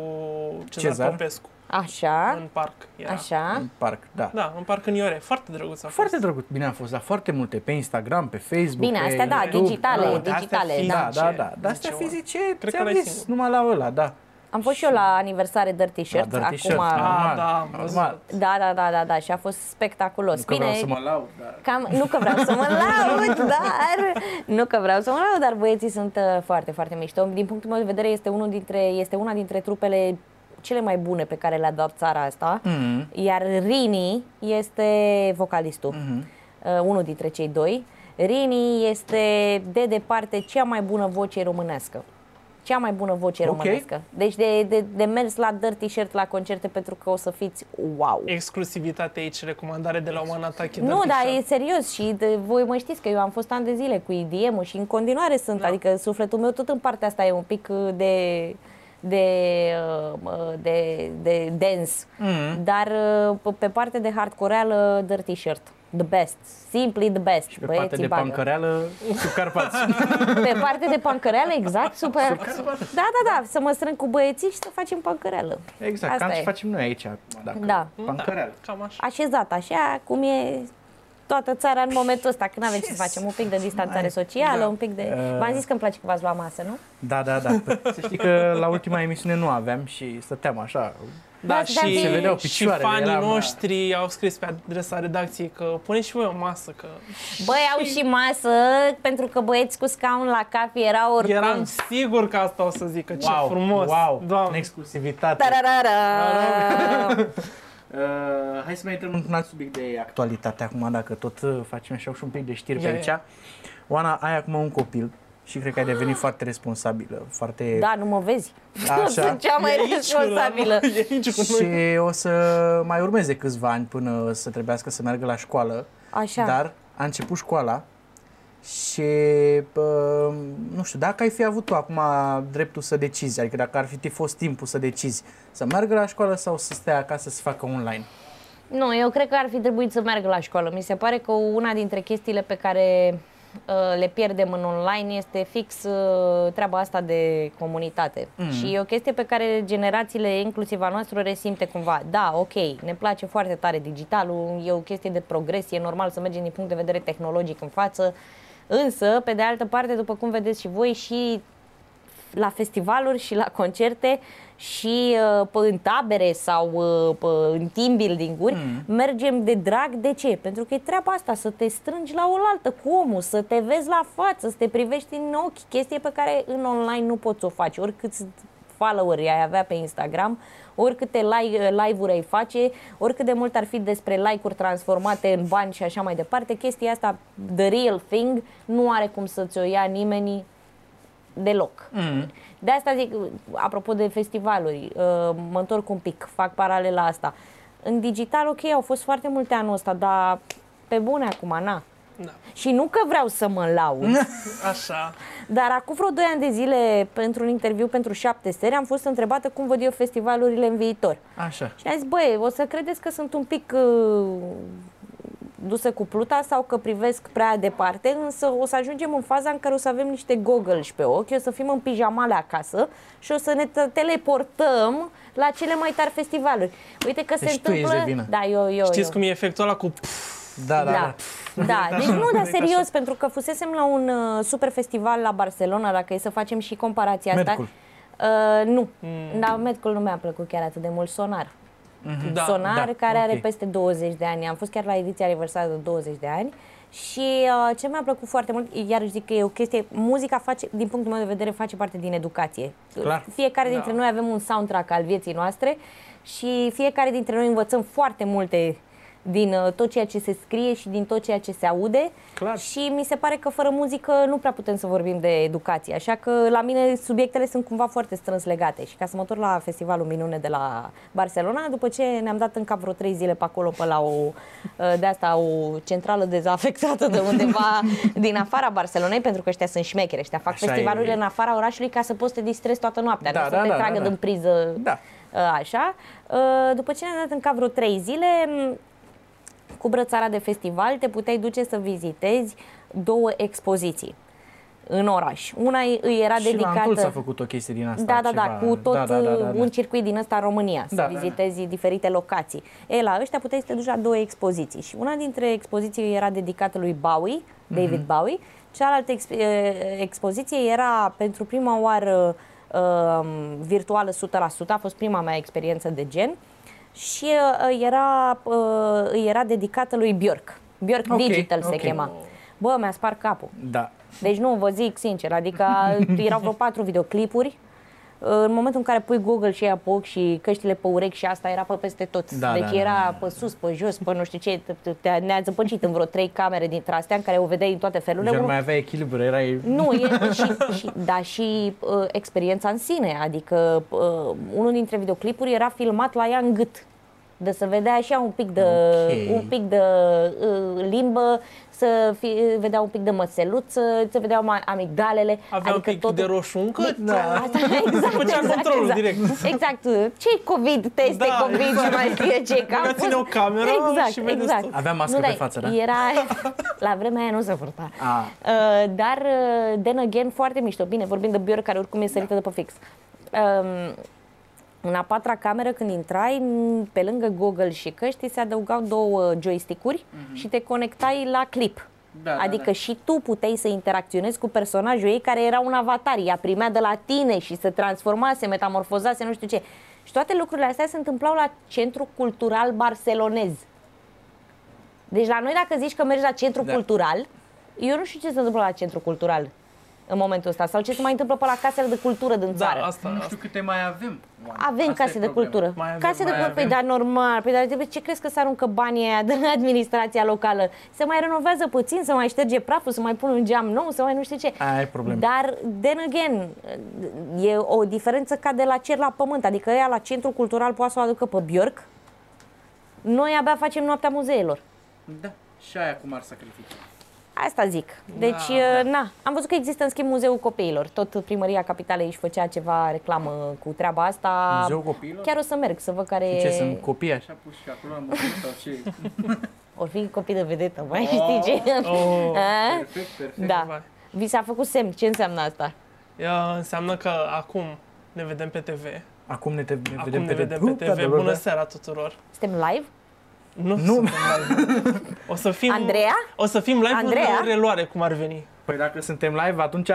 [SPEAKER 1] Cezar,
[SPEAKER 2] Cezar?
[SPEAKER 1] Popescu
[SPEAKER 3] Așa,
[SPEAKER 1] în parc. Era.
[SPEAKER 3] Da? așa.
[SPEAKER 2] În parc, da.
[SPEAKER 1] Da, în parc în Iore, foarte drăguț a fost.
[SPEAKER 2] Foarte drăguț, bine am fost la foarte multe, pe Instagram, pe Facebook,
[SPEAKER 3] Bine,
[SPEAKER 2] pe
[SPEAKER 3] astea da,
[SPEAKER 2] YouTube.
[SPEAKER 3] digitale,
[SPEAKER 1] Nu, de astea
[SPEAKER 3] digitale,
[SPEAKER 1] fizice.
[SPEAKER 3] da.
[SPEAKER 2] Da, da, da. Dar astea
[SPEAKER 1] Zice,
[SPEAKER 2] fizice,
[SPEAKER 1] Deci Cred că
[SPEAKER 2] ți-am
[SPEAKER 1] ăla e
[SPEAKER 2] zis,
[SPEAKER 1] singur.
[SPEAKER 2] numai la ăla, da.
[SPEAKER 3] Am fost și eu la aniversare Dirty
[SPEAKER 2] La
[SPEAKER 3] Shirts,
[SPEAKER 2] Da, Dirty Shirts,
[SPEAKER 3] acum...
[SPEAKER 1] Ah,
[SPEAKER 2] normal,
[SPEAKER 1] da, am
[SPEAKER 2] normal.
[SPEAKER 1] văzut.
[SPEAKER 3] Da, da, da, da, da, și a fost spectaculos.
[SPEAKER 2] Nu că vreau să mă da. laud, dar...
[SPEAKER 3] Cam, nu că vreau să mă laud, dar... Nu că vreau să mă laud, dar băieții sunt uh, foarte, foarte mișto. Din punctul meu de vedere, este, unul dintre, este una dintre trupele cele mai bune pe care le-a dat țara asta.
[SPEAKER 2] Mhm.
[SPEAKER 3] Iar Rini este vocalistul,
[SPEAKER 2] Mhm.
[SPEAKER 3] uh, unul dintre cei doi. Rini este, de departe, cea mai bună voce românească. Cea mai bună voce
[SPEAKER 2] Ok.
[SPEAKER 3] românească. Deci de, de, de mers la dirty shirt la concerte pentru că o să fiți wow.
[SPEAKER 1] Exclusivitate aici, recomandare de la Oman Atache.
[SPEAKER 3] Nu, dar e serios și de, voi mă știți că eu am fost ani de zile cu idm și în continuare sunt, da. adică sufletul meu tot în partea asta e un pic uh, de de, uh, de, de dance, mm. dar uh, pe- pe partea de hardcoreală dirty shirt. The best. Simply the best.
[SPEAKER 2] Pe partea de
[SPEAKER 3] bagă.
[SPEAKER 2] pancăreală, sub Carpați.
[SPEAKER 3] Pe partea de pancăreală, exact, super. Da, da, da, să mă strâng cu băieții și să facem pancăreală.
[SPEAKER 2] Exact,
[SPEAKER 3] Asta
[SPEAKER 2] cam ce
[SPEAKER 3] e.
[SPEAKER 2] facem noi aici. acum, Dacă
[SPEAKER 3] Da.
[SPEAKER 2] Pancăreală.
[SPEAKER 1] Cam așa.
[SPEAKER 3] Așezat așa, cum e toată țara în momentul ăsta, când avem ce să da. facem, un pic de distanțare socială, un pic de...
[SPEAKER 1] Eh.
[SPEAKER 2] Uh.
[SPEAKER 3] V-am zis că îmi place că v-ați luat masă, nu?
[SPEAKER 2] Da, da, da. Păi, Să știi că la ultima emisiune nu aveam și stăteam așa.
[SPEAKER 1] Da,
[SPEAKER 3] Da, dar
[SPEAKER 1] și,
[SPEAKER 3] se
[SPEAKER 2] vedeau
[SPEAKER 1] și
[SPEAKER 2] picioarele,
[SPEAKER 1] fanii
[SPEAKER 2] eram, da.
[SPEAKER 1] noștri au scris pe adresa redacției că puneți și voi o masă, că
[SPEAKER 3] Băi, au și masă, pentru că băieți cu scaun la cap erau oricum.
[SPEAKER 1] eram sigur că asta o să zică, ce
[SPEAKER 2] wow,
[SPEAKER 1] frumos.
[SPEAKER 2] Wow, în
[SPEAKER 1] Doamne,
[SPEAKER 2] exclusivitate.
[SPEAKER 3] Tararara!
[SPEAKER 2] Uh, hai să mai intrăm într-un alt subiect de actualitate acum, dacă tot uh, facem așa și un pic de știri
[SPEAKER 1] Ia,
[SPEAKER 2] pe aici. Oana, ai acum un copil și cred că ai devenit foarte responsabilă, foarte...
[SPEAKER 3] Da, nu mă vezi.
[SPEAKER 2] Așa.
[SPEAKER 3] Sunt cea mai
[SPEAKER 1] e aici
[SPEAKER 3] responsabilă.
[SPEAKER 1] cu la- E aici cu noi.
[SPEAKER 2] Și o să mai urmeze câțiva ani până să trebuiască să meargă la școală.
[SPEAKER 3] Așa.
[SPEAKER 2] Dar a început școala și bă, nu știu, dacă ai fi avut tu acum dreptul să decizi, adică dacă ar fi fost timpul să decizi să meargă la școală sau să stea acasă să facă online.
[SPEAKER 3] Nu, eu cred că ar fi trebuit să meargă la școală. Mi se pare că una dintre chestiile pe care uh, le pierdem în online este fix uh, treaba asta de comunitate. Mm. Și e o chestie pe care generațiile, inclusiv a noastră, o resimte cumva. Da, ok, ne place foarte tare digitalul, e o chestie de progres, e normal să mergem din punct de vedere tehnologic în față, însă, pe de altă parte, după cum vedeți și voi, și la festivaluri și la concerte și uh, pe- în tabere sau uh, pe- în team building-uri, mm. mergem de drag. De ce? Pentru că e treaba asta, să te strângi la oaltă cu omul, să te vezi la față, să te privești în ochi, chestie pe care în online nu poți să o faci, oricâți followeri ai avea pe Instagram, oricâte like- live-uri ai face, oricât de mult ar fi despre like-uri transformate în bani și așa mai departe, chestia asta, the real thing, nu are cum să-ți o ia nimeni deloc. Mm. De asta zic, apropo de festivaluri, uh, mă întorc un pic, fac paralela asta. În digital, ok, au fost foarte multe anul ăsta, dar pe bune acum, na.
[SPEAKER 1] Da,
[SPEAKER 3] Și nu că vreau să mă laud,
[SPEAKER 1] așa.
[SPEAKER 3] dar acum vreo 2 ani de zile, pentru un interviu pentru 7 seri, am fost întrebată cum văd eu festivalurile în viitor.
[SPEAKER 2] Așa.
[SPEAKER 3] Și am zis, băi, o să credeți că sunt un pic uh, dusă cu pluta sau că privesc prea departe, însă o să ajungem în faza în care o să avem niște goggles pe ochi, o să fim în pijamale acasă și o să ne t- teleportăm la cele mai tari festivaluri. Uite că
[SPEAKER 2] Deci
[SPEAKER 3] se
[SPEAKER 2] tu ești
[SPEAKER 3] întâmplă...
[SPEAKER 2] de vină.
[SPEAKER 3] da, eu, eu,
[SPEAKER 1] Știți
[SPEAKER 3] eu.
[SPEAKER 1] cum e efectul ăla cu...
[SPEAKER 2] Da, da, da.
[SPEAKER 3] Da, da. deci nu, dar serios, pentru că fusesem la un uh, super festival la Barcelona, dacă e să facem și comparația
[SPEAKER 2] Medcul.
[SPEAKER 3] asta. Uh, nu, mm. dar Medcul nu mi-a plăcut chiar atât de mult sonar.
[SPEAKER 1] Da,
[SPEAKER 3] Sonar,
[SPEAKER 2] da,
[SPEAKER 3] care are
[SPEAKER 2] ok.
[SPEAKER 3] peste 20 de ani. Am fost chiar la ediția aniversară de 20 de ani și uh, ce mi-a plăcut foarte mult, iar zic că e o chestie, muzica face, din punctul meu de vedere, face parte din educație.
[SPEAKER 2] Clar.
[SPEAKER 3] Fiecare
[SPEAKER 1] Da.
[SPEAKER 3] dintre noi avem un soundtrack al vieții noastre și fiecare dintre noi învățăm foarte multe din uh, tot ceea ce se scrie și din tot ceea ce se aude.
[SPEAKER 2] Clar.
[SPEAKER 3] Și mi se pare că fără muzică nu prea putem să vorbim de educație, așa că la mine subiectele sunt cumva foarte strâns legate. Și ca să mă întorc la Festivalul Minune de la Barcelona, după ce ne-am dat în cap vreo trei zile pe acolo, pe la o, uh, de asta, o centrală dezafectată de undeva din afara Barcelonei, pentru că ăștia sunt șmecheri, ăștia fac
[SPEAKER 2] Așa e.
[SPEAKER 3] festivalurile în afara orașului ca să poți să te distrezi toată noaptea,
[SPEAKER 2] Da,
[SPEAKER 3] da, nu
[SPEAKER 2] da,
[SPEAKER 3] să te
[SPEAKER 2] da,
[SPEAKER 3] tragă
[SPEAKER 2] da, da.
[SPEAKER 3] din priză.
[SPEAKER 2] Da.
[SPEAKER 3] A, Așa. A, După ce ne-am dat în cap vreo trei zile, m, cu brățara de festival te puteai duce să vizitezi două expoziții în oraş. Una îi îi era
[SPEAKER 2] Și la Antul
[SPEAKER 3] dedicată...
[SPEAKER 2] s-a făcut o chestie din asta.
[SPEAKER 3] Da, da,
[SPEAKER 2] ceva.
[SPEAKER 3] da, cu tot
[SPEAKER 2] da, da, da, da,
[SPEAKER 3] un circuit din ăsta în România,
[SPEAKER 2] Da,
[SPEAKER 3] să
[SPEAKER 2] da, da.
[SPEAKER 3] vizitezi diferite locații. E, la ăștia puteai să te duci la două expoziții și una dintre expoziții era dedicată lui Bowie,
[SPEAKER 2] Mhm.
[SPEAKER 3] David Bowie, cealaltă exp- e, expoziție era pentru prima oară um, virtuală 100%, a fost prima mea experiență de gen și uh, era, uh, îi era dedicată lui Björk. Björk
[SPEAKER 2] Ok,
[SPEAKER 3] Digital se
[SPEAKER 2] ok.
[SPEAKER 3] chema. Bă, mi-a spart capul.
[SPEAKER 2] da.
[SPEAKER 3] Deci nu, vă zic sincer, adică erau vreo patru videoclipuri în momentul în care pui Google și ea pe ochi și căștile pe urechi și asta era pe peste tot.
[SPEAKER 2] Da,
[SPEAKER 3] deci
[SPEAKER 2] da, da,
[SPEAKER 3] era
[SPEAKER 2] da,
[SPEAKER 3] pe sus, pe jos, pe nu știu ce. Te- te- Ne-a zăpăcit în vreo trei camere dintre astea în care o vedeai în toate felurile.
[SPEAKER 2] Nici nu
[SPEAKER 3] Unul-
[SPEAKER 2] mai avea echilibru, erai...
[SPEAKER 3] nu, e, și, și, da, și uh, experiența în sine, adică uh, unul dintre videoclipuri era filmat la ea în gât. De să vedea așa un pic de,
[SPEAKER 2] Ok.
[SPEAKER 3] okay. un pic de uh, limbă, să fi, vedea un pic de măseluță, să vedeau mai amigdalele.
[SPEAKER 1] Avea
[SPEAKER 3] adică
[SPEAKER 1] un pic de roșu în gât.
[SPEAKER 2] Da.
[SPEAKER 3] Asta, exact,
[SPEAKER 1] Făcea
[SPEAKER 3] exact,
[SPEAKER 1] controlul
[SPEAKER 3] exact.
[SPEAKER 1] direct.
[SPEAKER 3] Exact. Ce-i COVID? Teste
[SPEAKER 1] Da,
[SPEAKER 3] COVID și mai știe ce. Că am
[SPEAKER 1] Lumea ține
[SPEAKER 3] fost- Exact,
[SPEAKER 1] o cameră și vedeți tot.
[SPEAKER 2] Avea mască
[SPEAKER 3] Nu,
[SPEAKER 2] pe
[SPEAKER 3] dar
[SPEAKER 2] față, da?
[SPEAKER 3] Era... La vremea aia nu se purta.
[SPEAKER 2] A.
[SPEAKER 3] Uh, dar, uh, then again, foarte mișto. Bine, vorbim de Björk, care oricum e sărită
[SPEAKER 2] Da.
[SPEAKER 3] de pe fix. Um, în a patra cameră, când intrai, n- pe lângă Google și căști, se adăugau două joystick-uri și te conectai la clip.
[SPEAKER 4] Mhm. Da, da,
[SPEAKER 3] adică
[SPEAKER 4] da.
[SPEAKER 3] și tu puteai să interacționezi cu personajul ei care era un avatar. Ea primea de la tine și se transforma, se metamorfoza, se nu știu ce. Și toate lucrurile astea se întâmplau la Centrul Cultural Barcelonez. Deci la noi dacă zici că mergi la centru
[SPEAKER 2] Da.
[SPEAKER 3] da. cultural, eu nu știu ce se întâmplă la centru cultural în momentul ăsta sau ce se mai întâmplă pe la casele de cultură din
[SPEAKER 1] Da,
[SPEAKER 3] țară.
[SPEAKER 1] asta,
[SPEAKER 4] Nu
[SPEAKER 1] asta.
[SPEAKER 4] știu câte mai avem. oameni.
[SPEAKER 3] Avem
[SPEAKER 4] Asta e
[SPEAKER 3] case de
[SPEAKER 4] problema.
[SPEAKER 3] cultură.
[SPEAKER 1] Mai avem,
[SPEAKER 3] case de
[SPEAKER 1] mai
[SPEAKER 3] cultură, păi
[SPEAKER 1] avem.
[SPEAKER 3] da, normal. Păi, dar de ce crezi că se aruncă banii aia de la administrația locală? Se mai renovează puțin, se mai șterge praful, se mai pune un geam nou, se mai nu știu ce.
[SPEAKER 2] Aia e problema.
[SPEAKER 3] Dar, then again, e o diferență ca de la cer la pământ. Adică ea la centru cultural poate să o aducă pe Bjork. Noi abia facem noaptea muzeelor.
[SPEAKER 4] Da. Și aia cum ar sacrifica.
[SPEAKER 3] Asta zic. Deci, da. na, am văzut că există, în schimb, Muzeul Copiilor. Tot Primăria Capitalei își făcea ceva reclamă cu treaba asta.
[SPEAKER 2] Muzeul copiilor?
[SPEAKER 3] Chiar o să merg să văd care
[SPEAKER 2] Și ce, sunt copii
[SPEAKER 4] Și
[SPEAKER 2] așa?
[SPEAKER 4] a pus și acolo am văzut sau ce.
[SPEAKER 3] Or fi copii de vedetă, mai știi ce?
[SPEAKER 1] Oh.
[SPEAKER 3] A?
[SPEAKER 4] Perfect, perfect.
[SPEAKER 3] da. Vi s-a făcut semn. Ce înseamnă asta?
[SPEAKER 1] Ea înseamnă că acum ne vedem pe TV.
[SPEAKER 2] Acum ne, te, ne
[SPEAKER 1] Acum
[SPEAKER 2] vedem
[SPEAKER 1] ne
[SPEAKER 2] pe
[SPEAKER 1] vedem pe TV.
[SPEAKER 2] da.
[SPEAKER 1] Bună seara tuturor.
[SPEAKER 3] Suntem live?
[SPEAKER 1] Nu,
[SPEAKER 2] Nu.
[SPEAKER 1] suntem live. O să fim...
[SPEAKER 3] Andreea?
[SPEAKER 1] O să fim live
[SPEAKER 3] Andreea?
[SPEAKER 1] în reluare, cum ar veni.
[SPEAKER 2] Păi dacă suntem live, atunci...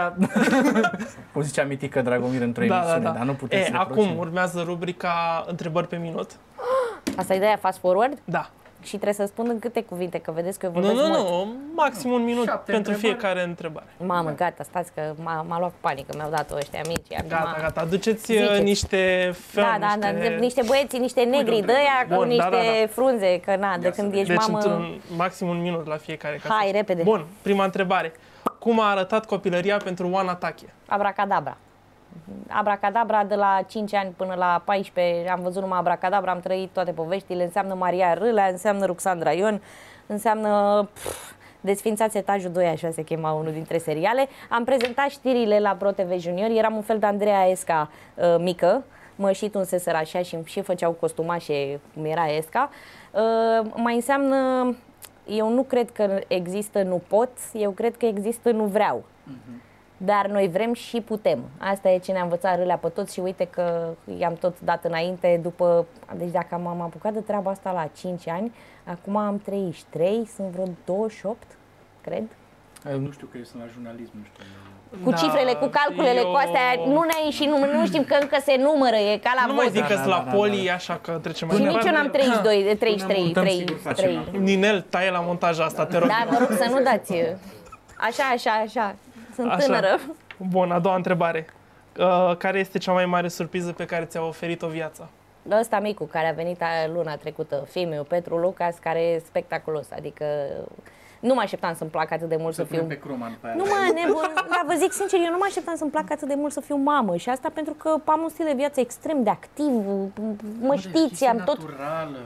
[SPEAKER 2] cum zicea mitică Dragomir într-o
[SPEAKER 1] Da, da,
[SPEAKER 2] emisiune,
[SPEAKER 1] da.
[SPEAKER 2] dar nu putem
[SPEAKER 1] e,
[SPEAKER 2] să le
[SPEAKER 1] acum
[SPEAKER 2] producem.
[SPEAKER 1] urmează rubrica întrebări pe minut.
[SPEAKER 3] Asta e de aia fast forward?
[SPEAKER 1] Da.
[SPEAKER 3] Și trebuie să spun în câte cuvinte, că vedeți că eu
[SPEAKER 1] Nu,
[SPEAKER 3] vorbesc
[SPEAKER 1] nu,
[SPEAKER 3] mult.
[SPEAKER 1] nu. Maxim un minut
[SPEAKER 4] Șapte
[SPEAKER 1] pentru
[SPEAKER 4] întrebări.
[SPEAKER 1] fiecare întrebare.
[SPEAKER 3] Mamă, gata, stați că m-a, m-a luat cu panică, mi-au dat-o ăștia mici. Acum...
[SPEAKER 1] Gata, gata. Aduceți
[SPEAKER 3] Ziceți.
[SPEAKER 1] Ziceți. niște fel,
[SPEAKER 3] Da, da, da,
[SPEAKER 1] niște...
[SPEAKER 3] de- niște băieți, niște negri de
[SPEAKER 4] întrebări.
[SPEAKER 3] aia cu
[SPEAKER 1] Bun,
[SPEAKER 3] niște
[SPEAKER 1] da, da, da.
[SPEAKER 3] frunze, că na, de
[SPEAKER 4] Ia
[SPEAKER 3] când
[SPEAKER 4] să
[SPEAKER 3] ești
[SPEAKER 1] Deci
[SPEAKER 3] mamă...
[SPEAKER 1] într-un maxim un minut la fiecare. ca
[SPEAKER 3] Hai,
[SPEAKER 1] să-
[SPEAKER 3] repede.
[SPEAKER 1] Bun, prima întrebare. Cum a arătat copilăria pentru Oana Tache?
[SPEAKER 3] Abracadabra. Abracadabra de la 5 ani până la 14, am văzut numai Abracadabra, am trăit toate poveștile, înseamnă Maria Râlea, înseamnă Ruxandra Ion, înseamnă... Pf, Desfințați etajul 2, așa se chema unul dintre seriale. Am prezentat știrile la ProTV Junior, eram un fel de Andreea Esca uh, mică, mă și tunse sărașa și și făceau costumașe, cum era Esca. Uh, mai înseamnă, eu nu cred că există nu pot, eu cred că există nu vreau dar noi vrem și putem. Asta e ce ne-a învățat râlea pe toți și uite că i-am tot dat înainte după, deci dacă m-am apucat de treaba asta la 5 ani, acum am 33, sunt vreo 28, cred.
[SPEAKER 4] Nu știu că eu sunt la jurnalism, nu știu.
[SPEAKER 3] Cu
[SPEAKER 1] Da,
[SPEAKER 3] cifrele, cu calculele,
[SPEAKER 1] eu-
[SPEAKER 3] cu astea, nu ne-a ieșit, nu, nu știm că încă se numără, e ca la
[SPEAKER 1] nu mai
[SPEAKER 3] vot.
[SPEAKER 1] zic
[SPEAKER 2] Da,
[SPEAKER 1] că
[SPEAKER 2] da,
[SPEAKER 1] sunt la
[SPEAKER 2] da, da,
[SPEAKER 1] poli, așa că trecem mai
[SPEAKER 3] Și nici eu
[SPEAKER 1] departe.
[SPEAKER 3] n-am 32, de
[SPEAKER 2] Până
[SPEAKER 3] 33,
[SPEAKER 2] mutăm,
[SPEAKER 3] 3,
[SPEAKER 2] sigur facem
[SPEAKER 3] 3.
[SPEAKER 2] acum.
[SPEAKER 1] Ninel, taie la montaj asta, te rog.
[SPEAKER 3] Da, vă rog să nu dați. Așa, așa, așa. Sunt
[SPEAKER 1] Așa.
[SPEAKER 3] tânără.
[SPEAKER 1] Bun, a doua întrebare. Uh, care este cea mai mare surpriză pe care ți-a oferit-o viața?
[SPEAKER 3] Ăsta micu care a venit a- luna trecută, filmul Petru Lucas, care e spectaculos, adică nu mă așteptam să-mi placă atât de mult să,
[SPEAKER 4] Să
[SPEAKER 3] fiu...
[SPEAKER 4] punem pe croma după aia.
[SPEAKER 3] Nu mă, nebun, dar vă zic sincer, eu nu mă așteptam să-mi placă atât de mult să fiu mamă și asta pentru că am un stil de viață extrem de activ, mă
[SPEAKER 4] Bă, dar
[SPEAKER 3] știți,
[SPEAKER 4] chestie
[SPEAKER 3] am tot...
[SPEAKER 4] Deci, naturală.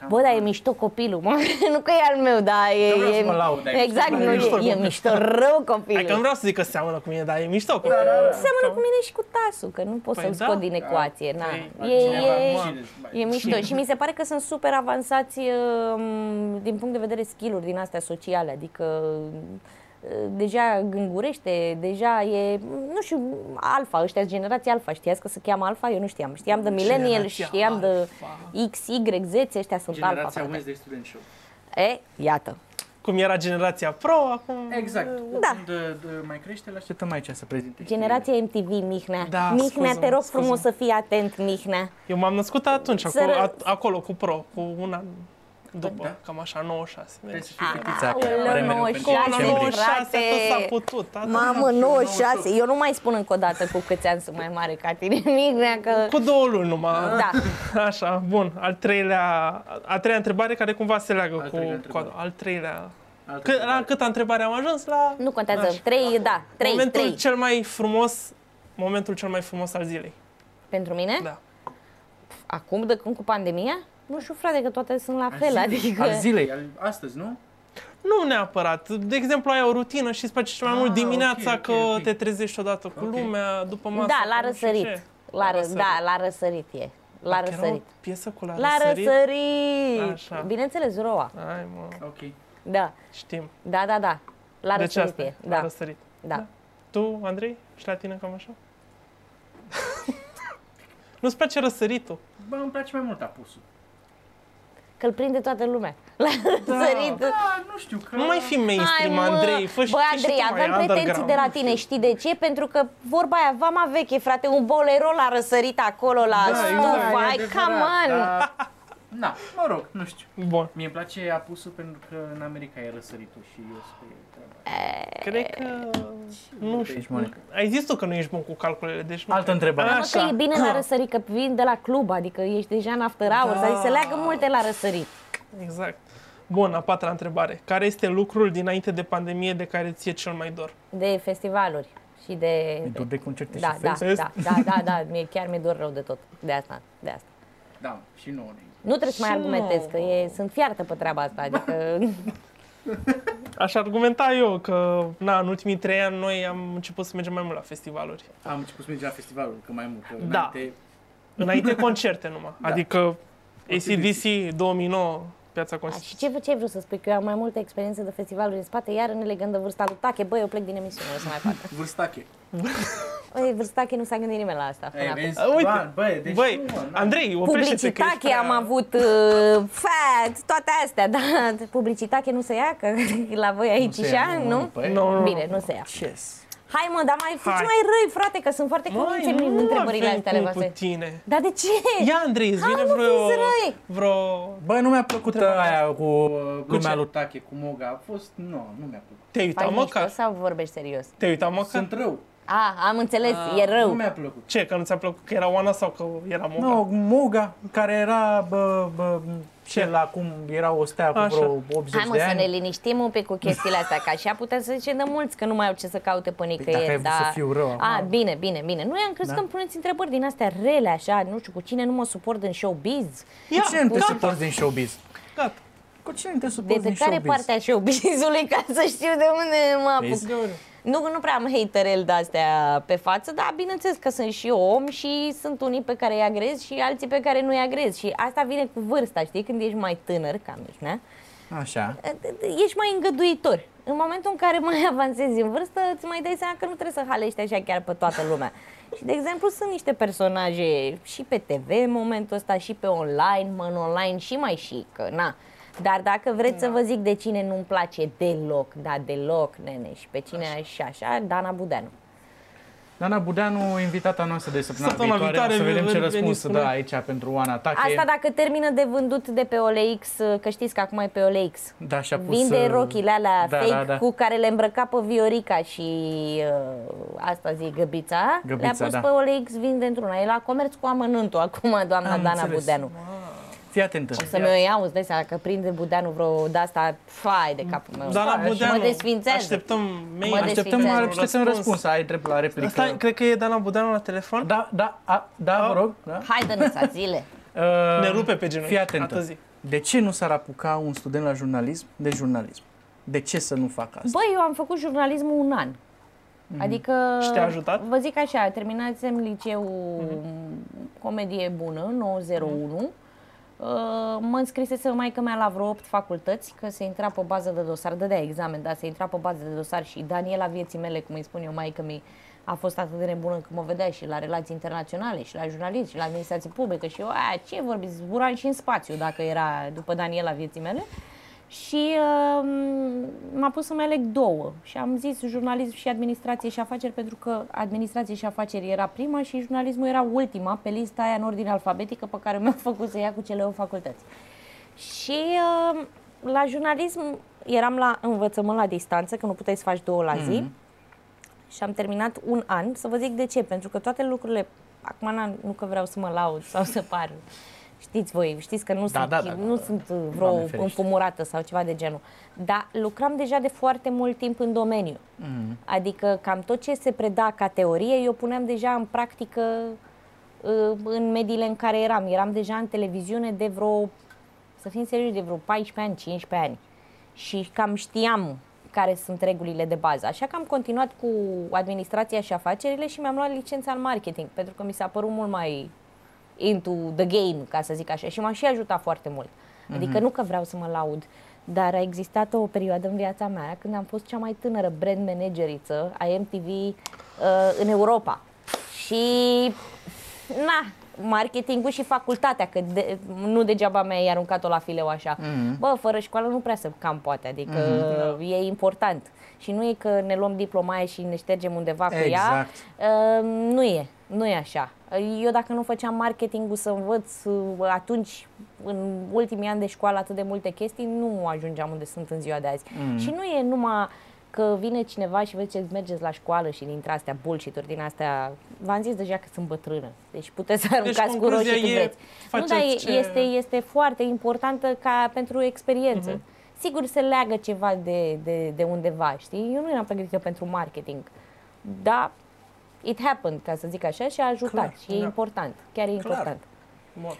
[SPEAKER 4] cam-
[SPEAKER 3] Bă, dar e mișto copilul, mă. nu că e al meu, dar e...
[SPEAKER 2] Nu vreau
[SPEAKER 3] e
[SPEAKER 2] să mă laud aici.
[SPEAKER 3] exact,
[SPEAKER 2] Dar
[SPEAKER 3] nu,
[SPEAKER 2] e
[SPEAKER 3] e,
[SPEAKER 2] mișto
[SPEAKER 3] e
[SPEAKER 2] copil.
[SPEAKER 3] mișto rău
[SPEAKER 1] Hai că nu
[SPEAKER 3] copilul.
[SPEAKER 1] vreau să zic că seamănă cu mine, dar e mișto copil.
[SPEAKER 3] Seamănă cu mine și cu tasul, că nu pot
[SPEAKER 1] Păi
[SPEAKER 3] să-l
[SPEAKER 1] da.
[SPEAKER 3] scot din ecuație. Na.
[SPEAKER 1] Păi,
[SPEAKER 3] E,
[SPEAKER 4] Cineva,
[SPEAKER 3] e,
[SPEAKER 4] mă,
[SPEAKER 3] E mișto și mi se pare că sunt super avansați um, din punct de vedere skill-uri din astea sociale, adică uh, deja gângurește, deja e, nu știu, alfa, ăștia generația alfa, știați că se cheamă alfa? Eu nu știam, știam de millennial,
[SPEAKER 1] Generația
[SPEAKER 3] știam de
[SPEAKER 1] alpha.
[SPEAKER 3] X, Y, Z, ăștia sunt alfa.
[SPEAKER 4] Generația
[SPEAKER 3] frate.
[SPEAKER 4] Wednesday Student Show.
[SPEAKER 3] E, iată.
[SPEAKER 1] Cum era generația pro, acum...
[SPEAKER 4] Exact.
[SPEAKER 3] Da.
[SPEAKER 4] Când uh, d- mai crește, îl așteptăm aici să prezinte.
[SPEAKER 3] Generația MTV, Mihnea.
[SPEAKER 1] Da,
[SPEAKER 3] Mihnea, te
[SPEAKER 1] scuză-mă,
[SPEAKER 3] rog
[SPEAKER 1] scuză-mă.
[SPEAKER 3] frumos să fii atent, Mihnea.
[SPEAKER 1] Eu m-am născut atunci, acolo,
[SPEAKER 3] Sără-
[SPEAKER 1] a, acolo cu pro, cu un an. după,
[SPEAKER 4] Da.
[SPEAKER 1] cam așa, 96.
[SPEAKER 4] Trebuie
[SPEAKER 1] Deci,
[SPEAKER 4] să fii fetița.
[SPEAKER 3] Aoleu,
[SPEAKER 2] Vremea
[SPEAKER 1] cu
[SPEAKER 2] Ceea
[SPEAKER 1] la
[SPEAKER 2] ce
[SPEAKER 3] 96,
[SPEAKER 2] vrei.
[SPEAKER 1] 96 tot s-a
[SPEAKER 3] frate!
[SPEAKER 1] putut. atât.
[SPEAKER 3] Mamă, 96! Eu nu mai spun încă o dată cu câți ani sunt mai mare ca tine, Mignea, că...
[SPEAKER 1] Cu două luni numai.
[SPEAKER 3] Da.
[SPEAKER 1] Așa, bun. Al treilea, a treia întrebare care cumva se leagă
[SPEAKER 4] Al
[SPEAKER 1] cu,
[SPEAKER 4] treilea
[SPEAKER 1] cu
[SPEAKER 4] întrebare.
[SPEAKER 1] al treilea.
[SPEAKER 4] Altă
[SPEAKER 1] Cât, la câtă întrebare am ajuns? La
[SPEAKER 3] Nu contează.
[SPEAKER 1] Așa.
[SPEAKER 3] Trei, da, trei,
[SPEAKER 1] momentul
[SPEAKER 3] trei.
[SPEAKER 1] cel mai frumos, momentul cel mai frumos al zilei.
[SPEAKER 3] Pentru mine?
[SPEAKER 1] Da.
[SPEAKER 3] Acum, de când cu pandemia? Nu știu, frate, că toate sunt la
[SPEAKER 4] Al
[SPEAKER 3] fel,
[SPEAKER 4] zilei.
[SPEAKER 3] adică...
[SPEAKER 2] Al zilei.
[SPEAKER 4] întrebare. Al- Astăzi, nu?
[SPEAKER 1] Nu neapărat. De exemplu, ai o rutină și îți place cel mai
[SPEAKER 4] Ah,
[SPEAKER 1] mult dimineața
[SPEAKER 4] ok, ok,
[SPEAKER 1] că
[SPEAKER 4] ok.
[SPEAKER 1] te trezești odată cu
[SPEAKER 4] Ok.
[SPEAKER 1] lumea, după masă.
[SPEAKER 3] Da,
[SPEAKER 1] cu
[SPEAKER 3] la
[SPEAKER 1] nu știu
[SPEAKER 3] răsărit.
[SPEAKER 1] ce.
[SPEAKER 3] La ră,
[SPEAKER 1] răsărit.
[SPEAKER 3] da, la răsărit e. La
[SPEAKER 1] Dacă era o
[SPEAKER 3] răsărit.
[SPEAKER 1] piesă cu la,
[SPEAKER 3] La
[SPEAKER 1] răsărit.
[SPEAKER 3] răsărit!
[SPEAKER 1] Așa.
[SPEAKER 3] Bineînțeles, roa.
[SPEAKER 1] Ai, mă,
[SPEAKER 4] Ok.
[SPEAKER 3] Da,
[SPEAKER 1] știm.
[SPEAKER 3] da, da, da. La
[SPEAKER 1] deci
[SPEAKER 3] răsărit
[SPEAKER 1] asta, e,
[SPEAKER 3] e.
[SPEAKER 1] la
[SPEAKER 3] Da,
[SPEAKER 1] răsărit.
[SPEAKER 3] da.
[SPEAKER 1] Tu, Andrei, și la tine cam așa? Nu-ți place răsăritul?
[SPEAKER 4] Bă, îmi place mai mult apusul.
[SPEAKER 3] Că-l prinde toată lumea. La răsărit.
[SPEAKER 4] Da, nu știu, că...
[SPEAKER 1] Nu mai fi
[SPEAKER 3] Hai,
[SPEAKER 1] mainstream,
[SPEAKER 3] mă!
[SPEAKER 1] Andrei. Fă și,
[SPEAKER 3] Bă,
[SPEAKER 1] fii și
[SPEAKER 3] Andrei,
[SPEAKER 1] tu mai
[SPEAKER 3] aveam pretenții
[SPEAKER 1] underground.
[SPEAKER 3] de la tine. Știi de ce? Pentru că vorba aia, vama veche, frate, un bolero la răsărit acolo, la
[SPEAKER 4] Da, e
[SPEAKER 3] stufă.
[SPEAKER 4] adevărat,
[SPEAKER 3] Hai,
[SPEAKER 4] e
[SPEAKER 3] come on!
[SPEAKER 4] adevărat, dar- Na, Da, mă rog, nu știu.
[SPEAKER 1] Bun.
[SPEAKER 4] Mie îmi place apusul pentru că în America e răsăritul și eu spre treaba.
[SPEAKER 3] Eh.
[SPEAKER 1] Cred că... Nu știu.
[SPEAKER 2] Deci, Monica.
[SPEAKER 1] Ai zis tu că nu ești bun cu calculele, deci nu...
[SPEAKER 2] Altă întrebare.
[SPEAKER 3] Mă, că e bine la răsărit, că vin de la club, adică ești deja în after hours, da. adică se leagă multe la răsărit.
[SPEAKER 1] Exact. Bun, a patra întrebare. Care este lucrul dinainte de pandemie de care ți-e cel mai dor?
[SPEAKER 3] De festivaluri și de...
[SPEAKER 2] Dor de concerte
[SPEAKER 3] Da,
[SPEAKER 2] și
[SPEAKER 3] da,
[SPEAKER 2] feste.
[SPEAKER 3] da, da, da, da, mie chiar mi-e dor rău de tot, de asta, de asta.
[SPEAKER 4] Da, și nouă ne
[SPEAKER 3] Nu trebuie să mai
[SPEAKER 1] Și
[SPEAKER 3] argumentez,
[SPEAKER 1] nu.
[SPEAKER 3] că e, sunt fiartă pe treaba asta, adică...
[SPEAKER 1] Aș argumenta eu că, na, în ultimii trei ani noi am început să mergem mai mult la festivaluri.
[SPEAKER 4] Am început să mergem la festivalul, că mai mult. Că
[SPEAKER 1] Da.
[SPEAKER 4] înainte-
[SPEAKER 1] Înainte concerte numai.
[SPEAKER 4] Da.
[SPEAKER 1] Adică ACDC 2009, Piața
[SPEAKER 3] A,
[SPEAKER 1] Constituției.
[SPEAKER 3] Da, și ce, ce vreau să spui, că eu am mai multă experiență de festivaluri în spate, iar în legând de vârsta lui Tache, băi, eu plec din emisiune, nu se mai facă.
[SPEAKER 4] Vârstache.
[SPEAKER 3] Băi, vârsta Tache nu s-a gândit nimeni la asta. până
[SPEAKER 4] Ei,
[SPEAKER 3] acum.
[SPEAKER 4] vezi?
[SPEAKER 1] A, uite.
[SPEAKER 4] Ba, Bă, deci
[SPEAKER 1] Băi,
[SPEAKER 4] nu, mă, n-ai-
[SPEAKER 1] Andrei, oprește-te că ești
[SPEAKER 3] Publicitate
[SPEAKER 1] prea-
[SPEAKER 3] am avut, uh, fact, toate astea, dar publicitate nu se ia, că la voi aici și
[SPEAKER 2] ia,
[SPEAKER 3] ani,
[SPEAKER 2] nu,
[SPEAKER 3] nu?
[SPEAKER 2] păi.
[SPEAKER 1] Nu, nu, nu.
[SPEAKER 3] Bine, nu se ia.
[SPEAKER 2] Yes.
[SPEAKER 3] Hai mă, dar mai fiți
[SPEAKER 1] Hai.
[SPEAKER 3] mai răi, frate, că sunt foarte
[SPEAKER 1] Măi,
[SPEAKER 3] convinse prin întrebările
[SPEAKER 1] avem
[SPEAKER 3] astea ale
[SPEAKER 1] cum cu
[SPEAKER 3] voastre.
[SPEAKER 1] tine.
[SPEAKER 3] Dar de ce?
[SPEAKER 1] Ia, Andrei, îți
[SPEAKER 3] Hai,
[SPEAKER 1] vine
[SPEAKER 3] mă,
[SPEAKER 1] vreo...
[SPEAKER 3] fiți răi!
[SPEAKER 1] Vreo...
[SPEAKER 2] Bă, nu mi-a plăcut aia cu
[SPEAKER 4] Cu
[SPEAKER 2] lumea
[SPEAKER 4] ce?
[SPEAKER 2] lui.
[SPEAKER 4] Tache, cu Moga a fost, nu, nu mi-a plăcut.
[SPEAKER 1] Te-ai
[SPEAKER 3] Faci
[SPEAKER 1] uitat
[SPEAKER 3] mișto
[SPEAKER 1] măcar?
[SPEAKER 3] sau vorbești serios?
[SPEAKER 1] Te-ai uitat măcar?
[SPEAKER 4] Sunt rău,
[SPEAKER 3] A, am înțeles, e
[SPEAKER 4] nu
[SPEAKER 3] rău.
[SPEAKER 4] mi-a plăcut.
[SPEAKER 1] Ce, că nu ți-a plăcut că era Oana sau că era Moga?
[SPEAKER 2] Nu, Moga, care era, bă, bă, cel acum era o stea cu
[SPEAKER 1] Așa.
[SPEAKER 2] vreo 80
[SPEAKER 3] Hai mă,
[SPEAKER 2] de
[SPEAKER 3] să ne
[SPEAKER 2] ani.
[SPEAKER 3] liniștim un pic cu chestiile astea, că așa putem să zicem de mulți că nu mai au ce să caute pe
[SPEAKER 2] Păi dacă ai
[SPEAKER 3] nicăieri.
[SPEAKER 2] vrut să fiu rău acum.
[SPEAKER 3] A, bine, bine, bine. Nu am crezut
[SPEAKER 2] Da.
[SPEAKER 3] că îmi puneți întrebări din astea rele, așa, nu știu, cu cine nu mă suport în showbiz.
[SPEAKER 2] Cu cine nu te
[SPEAKER 1] gata,
[SPEAKER 2] suporți din showbiz?
[SPEAKER 1] Gata.
[SPEAKER 2] Cu cine nu te
[SPEAKER 3] Da. De,
[SPEAKER 2] suporți
[SPEAKER 3] de
[SPEAKER 2] din
[SPEAKER 3] care
[SPEAKER 2] showbiz? Păi
[SPEAKER 3] parte a showbizului ca să știu de unde mă apuc?
[SPEAKER 2] Vezi?
[SPEAKER 3] Nu, nu prea am haterel de astea pe față, dar bineînțeles că sunt și eu om și sunt unii pe care îi agrez și alții pe care nu îi agrez. Și asta vine cu vârsta, știi, când ești mai tânăr, ca mihnea,
[SPEAKER 2] Așa.
[SPEAKER 3] ești mai îngăduitor. În momentul în care mai avansezi în vârstă, îți mai dai seama că nu trebuie să halești așa chiar pe toată lumea. Și, de exemplu, sunt niște personaje și pe TV în momentul ăsta, și pe online, mă, în online și mai și, că na. Dar dacă vreți să vă zic de cine nu-mi place deloc, da, deloc, nene, și pe cine și așa, Dana Budeanu.
[SPEAKER 2] Dana Budeanu, invitata noastră de săptămâna,
[SPEAKER 1] Săptămâna
[SPEAKER 2] viitoare, o să
[SPEAKER 1] viitoare
[SPEAKER 2] vedem ce
[SPEAKER 1] veni
[SPEAKER 2] răspuns să
[SPEAKER 1] spune.
[SPEAKER 2] dă aici pentru Oana Tache.
[SPEAKER 3] Asta da. dacă termină de vândut de pe OLX, că știți că acum e pe OLX.
[SPEAKER 2] Da, și-a pus,
[SPEAKER 3] Vinde
[SPEAKER 2] uh,
[SPEAKER 3] rochile alea
[SPEAKER 2] da,
[SPEAKER 3] fake
[SPEAKER 2] da, da.
[SPEAKER 3] cu care le îmbrăca pe Viorica și uh, asta zic găbița.
[SPEAKER 2] Găbița,
[SPEAKER 3] Le-a pus
[SPEAKER 2] da.
[SPEAKER 3] pe OLX, vinde într-una. E la comerț cu amănântul acum, doamna
[SPEAKER 2] Am
[SPEAKER 3] Dana
[SPEAKER 2] înțeles.
[SPEAKER 3] Budeanu.
[SPEAKER 2] Fii atentă.
[SPEAKER 3] Să mi-o iau, îți dai seama că prinde Budeanu vreo de-asta, fai de capul meu.
[SPEAKER 1] Dar
[SPEAKER 3] Fai,
[SPEAKER 1] la
[SPEAKER 3] și
[SPEAKER 1] Budeanu,
[SPEAKER 3] mă desfințează.
[SPEAKER 1] așteptăm mail.
[SPEAKER 3] Mă Exact.
[SPEAKER 2] Așteptăm,
[SPEAKER 3] desfințează.
[SPEAKER 2] așteptăm răspuns. Ai drept la replică.
[SPEAKER 1] Stai, cred că e Dana Budeanu la telefon.
[SPEAKER 2] Da, da, a, da, vă rog. Da.
[SPEAKER 3] Hai de năsațile.
[SPEAKER 2] Uh,
[SPEAKER 1] Ne rupe pe genunchi.
[SPEAKER 2] Fii atentă.
[SPEAKER 1] Atât zic.
[SPEAKER 2] De ce nu s-ar apuca un student la jurnalism de jurnalism? De ce să nu facă asta?
[SPEAKER 3] Băi, eu am făcut jurnalismul un an. Adică...
[SPEAKER 1] Mm. Și te-a ajutat? Mm.
[SPEAKER 3] Vă zic așa, terminasem liceul comedie bună, 901. Uh, Mă înscrisese mai mea la vreo 8 facultăți, că se intra pe bază de dosar, dădea examen, dar se intra pe bază de dosar și Daniela vieții mele, cum îi spun eu maică mi a fost atât de nebună că mă vedea și la relații internaționale, și la jurnalism, și la administrație publică și eu, aia, ce vorbiți, zburam și în spațiu dacă era după Daniela vieții mele. Și uh, m-a pus să mai aleg două și am zis jurnalism și administrație și afaceri pentru că administrație și afaceri era prima și jurnalismul era ultima pe lista aia în ordine alfabetică pe care mi-a făcut să ia cu cele o facultăți. Și uh, la jurnalism eram la învățământ la distanță, că nu puteai să faci două la zi.
[SPEAKER 2] Mm-hmm.
[SPEAKER 3] Și am terminat un an. Să vă zic de ce, pentru că toate lucrurile... Acum n-am- nu că vreau să mă laud sau să par... Știți voi, știți că nu
[SPEAKER 2] Da,
[SPEAKER 3] sunt,
[SPEAKER 2] da, da, da,
[SPEAKER 3] nu
[SPEAKER 2] da.
[SPEAKER 3] sunt uh, vreo
[SPEAKER 2] Doamne ferește.
[SPEAKER 3] înfumurată sau ceva de genul. Dar lucram deja de foarte mult timp în domeniu.
[SPEAKER 2] Mm.
[SPEAKER 3] Adică cam tot ce se preda ca teorie, eu puneam deja în practică uh, în mediile în care eram. Eram deja în televiziune de vreo, să fim serioși, de vreo 14 ani, 15 ani. Și cam știam care sunt regulile de bază. Așa că am continuat cu administrația și afacerile și mi-am luat licența în marketing, pentru că mi s-a părut mult mai into the game, ca să zic așa, și m-a și ajutat foarte mult. Adică nu că vreau să mă laud, dar a existat o perioadă în viața mea când am fost cea mai tânără brand manageriță a MTV uh, în Europa. Și, na, marketingul și facultatea, că de, nu degeaba mi-ai aruncat-o la fileu așa. Mm-hmm. Bă, fără școală nu prea se cam poate, adică mm-hmm. e important. Și nu e că ne luăm diploma aia și ne ștergem undeva cu ea,
[SPEAKER 2] Exact.
[SPEAKER 3] Uh, nu e, nu e așa. Eu dacă nu făceam marketingul să învăț uh, atunci, în ultimii ani de școală, atât de multe chestii, nu ajungeam unde sunt în ziua de azi. Mm. Și nu e numai că vine cineva și vă zice, mergeți la școală și dintre astea bullshit-uri, din astea... V-am zis deja că sunt bătrână, deci puteți să aruncați cu
[SPEAKER 1] concluzia
[SPEAKER 3] roșii când
[SPEAKER 1] e,
[SPEAKER 3] vreți. Nu, dar e,
[SPEAKER 1] faceți ce-
[SPEAKER 3] este, este foarte importantă ca pentru experiență.
[SPEAKER 1] Mhm.
[SPEAKER 3] Sigur se leagă ceva de, de, de undeva, știi? Eu nu eram pregătită pentru marketing, dar it happened, ca să zic așa, și a ajutat
[SPEAKER 2] Clar,
[SPEAKER 3] și e
[SPEAKER 1] da.
[SPEAKER 3] important, chiar e important.
[SPEAKER 1] Bun.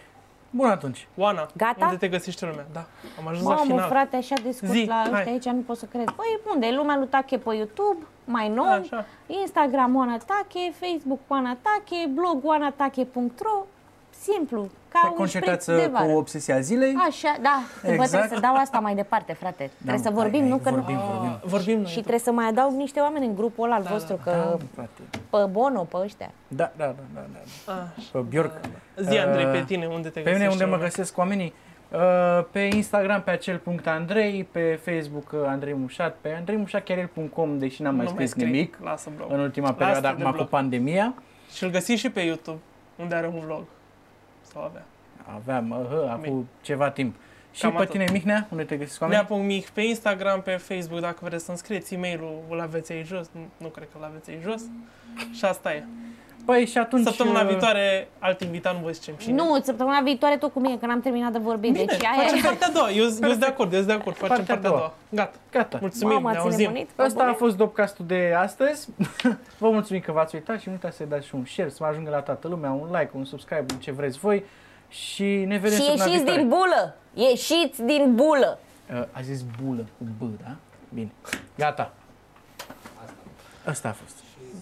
[SPEAKER 2] Bun atunci.
[SPEAKER 1] Oana,
[SPEAKER 3] Gata?
[SPEAKER 1] unde te găsești lumea? Da, am ajuns la
[SPEAKER 3] Mamă,
[SPEAKER 1] final.
[SPEAKER 3] frate, așa de scurt
[SPEAKER 1] Zi,
[SPEAKER 3] la ăștia
[SPEAKER 1] hai.
[SPEAKER 3] aici, nu pot să cred. Păi unde? E Lumea lui Tache pe YouTube, mai nou,
[SPEAKER 1] Așa.
[SPEAKER 3] Instagram Oana Tache, Facebook Oana Tache, blog oanatache.ro, simplu, ca
[SPEAKER 2] Te
[SPEAKER 3] un șpriț
[SPEAKER 2] concentrați
[SPEAKER 1] uh,
[SPEAKER 3] de
[SPEAKER 2] cu
[SPEAKER 3] vară.
[SPEAKER 2] obsesia zilei.
[SPEAKER 3] Așa, da, exact. bă,
[SPEAKER 2] Exact.
[SPEAKER 3] trebuie să dau asta mai departe, frate. Trebuie să
[SPEAKER 2] mă, hai,
[SPEAKER 3] vorbim,
[SPEAKER 2] Da, hai,
[SPEAKER 3] nu că
[SPEAKER 2] vorbim,
[SPEAKER 3] nu...
[SPEAKER 2] vorbim.
[SPEAKER 1] Ah, Vorbim noi.
[SPEAKER 3] Și trebuie să mai adaug niște oameni în grupul ăla al vostru,
[SPEAKER 2] Da,
[SPEAKER 3] că
[SPEAKER 2] mă, frate.
[SPEAKER 3] pe Bono, pe ăștia.
[SPEAKER 2] Da, da, da, da, da.
[SPEAKER 1] A,
[SPEAKER 2] Pe Bjork.
[SPEAKER 1] Ah. Zi, Andrei, pe
[SPEAKER 2] Uh,
[SPEAKER 1] tine, unde te
[SPEAKER 2] Pe
[SPEAKER 1] găsești
[SPEAKER 2] mine unde mă
[SPEAKER 1] lumea?
[SPEAKER 2] găsesc oamenii? Uh, Pe Instagram pe acel punct Andrei, pe Facebook uh, Andrei Mușat, pe andreimușatchiarel.com, deși n-am mai
[SPEAKER 1] Nu mai
[SPEAKER 2] scris
[SPEAKER 1] scris
[SPEAKER 2] nimic
[SPEAKER 1] Lasă blog.
[SPEAKER 2] în ultima perioadă,
[SPEAKER 1] de
[SPEAKER 2] acum cu
[SPEAKER 1] bloc.
[SPEAKER 2] pandemia.
[SPEAKER 1] Și îl găsi și pe YouTube, unde are un vlog. Sau avea.
[SPEAKER 2] Aveam, uh, acum ceva timp. Și
[SPEAKER 1] Cam
[SPEAKER 2] pe
[SPEAKER 1] atât.
[SPEAKER 2] tine, Mihnea, unde te găsesc oamenii?
[SPEAKER 1] Nea.mic pe Instagram, pe Facebook, dacă vreți să înscrieți e-mailul, îl aveți aici jos. Nu, nu cred că îl aveți aici jos. Și asta e.
[SPEAKER 2] Păi Mm. și atunci...
[SPEAKER 1] Săptămâna
[SPEAKER 2] uh,
[SPEAKER 1] viitoare, alt invitat, nu vă zicem cine.
[SPEAKER 3] Nu, săptămâna viitoare tot cu mine, că n-am terminat de vorbit.
[SPEAKER 1] Bine,
[SPEAKER 3] deci aia
[SPEAKER 1] facem
[SPEAKER 3] e...
[SPEAKER 1] partea a doua. Eu eu sunt de acord, eu sunt de acord. Facem
[SPEAKER 2] Partea
[SPEAKER 1] partea,
[SPEAKER 2] a
[SPEAKER 1] a
[SPEAKER 2] doua. Da.
[SPEAKER 1] doua. Gata.
[SPEAKER 2] Gata.
[SPEAKER 1] Mulțumim,
[SPEAKER 3] Mamă,
[SPEAKER 1] ne
[SPEAKER 3] ați
[SPEAKER 1] auzim.
[SPEAKER 3] nebunit? pe
[SPEAKER 2] Asta a
[SPEAKER 3] bune?
[SPEAKER 2] fost dopcastul de astăzi. Vă mulțumim că v-ați uitat și nu uitați să dați și un share, să mă ajungă la toată lumea, un like, un subscribe, un ce vreți voi. Și ne vedem
[SPEAKER 3] Și
[SPEAKER 2] săptămâna
[SPEAKER 3] ieșiți
[SPEAKER 2] viitoare.
[SPEAKER 3] din bulă! Ieșiți din bulă!
[SPEAKER 2] Uh, a zis bulă cu B, da? Bine. Gata. Asta a fost.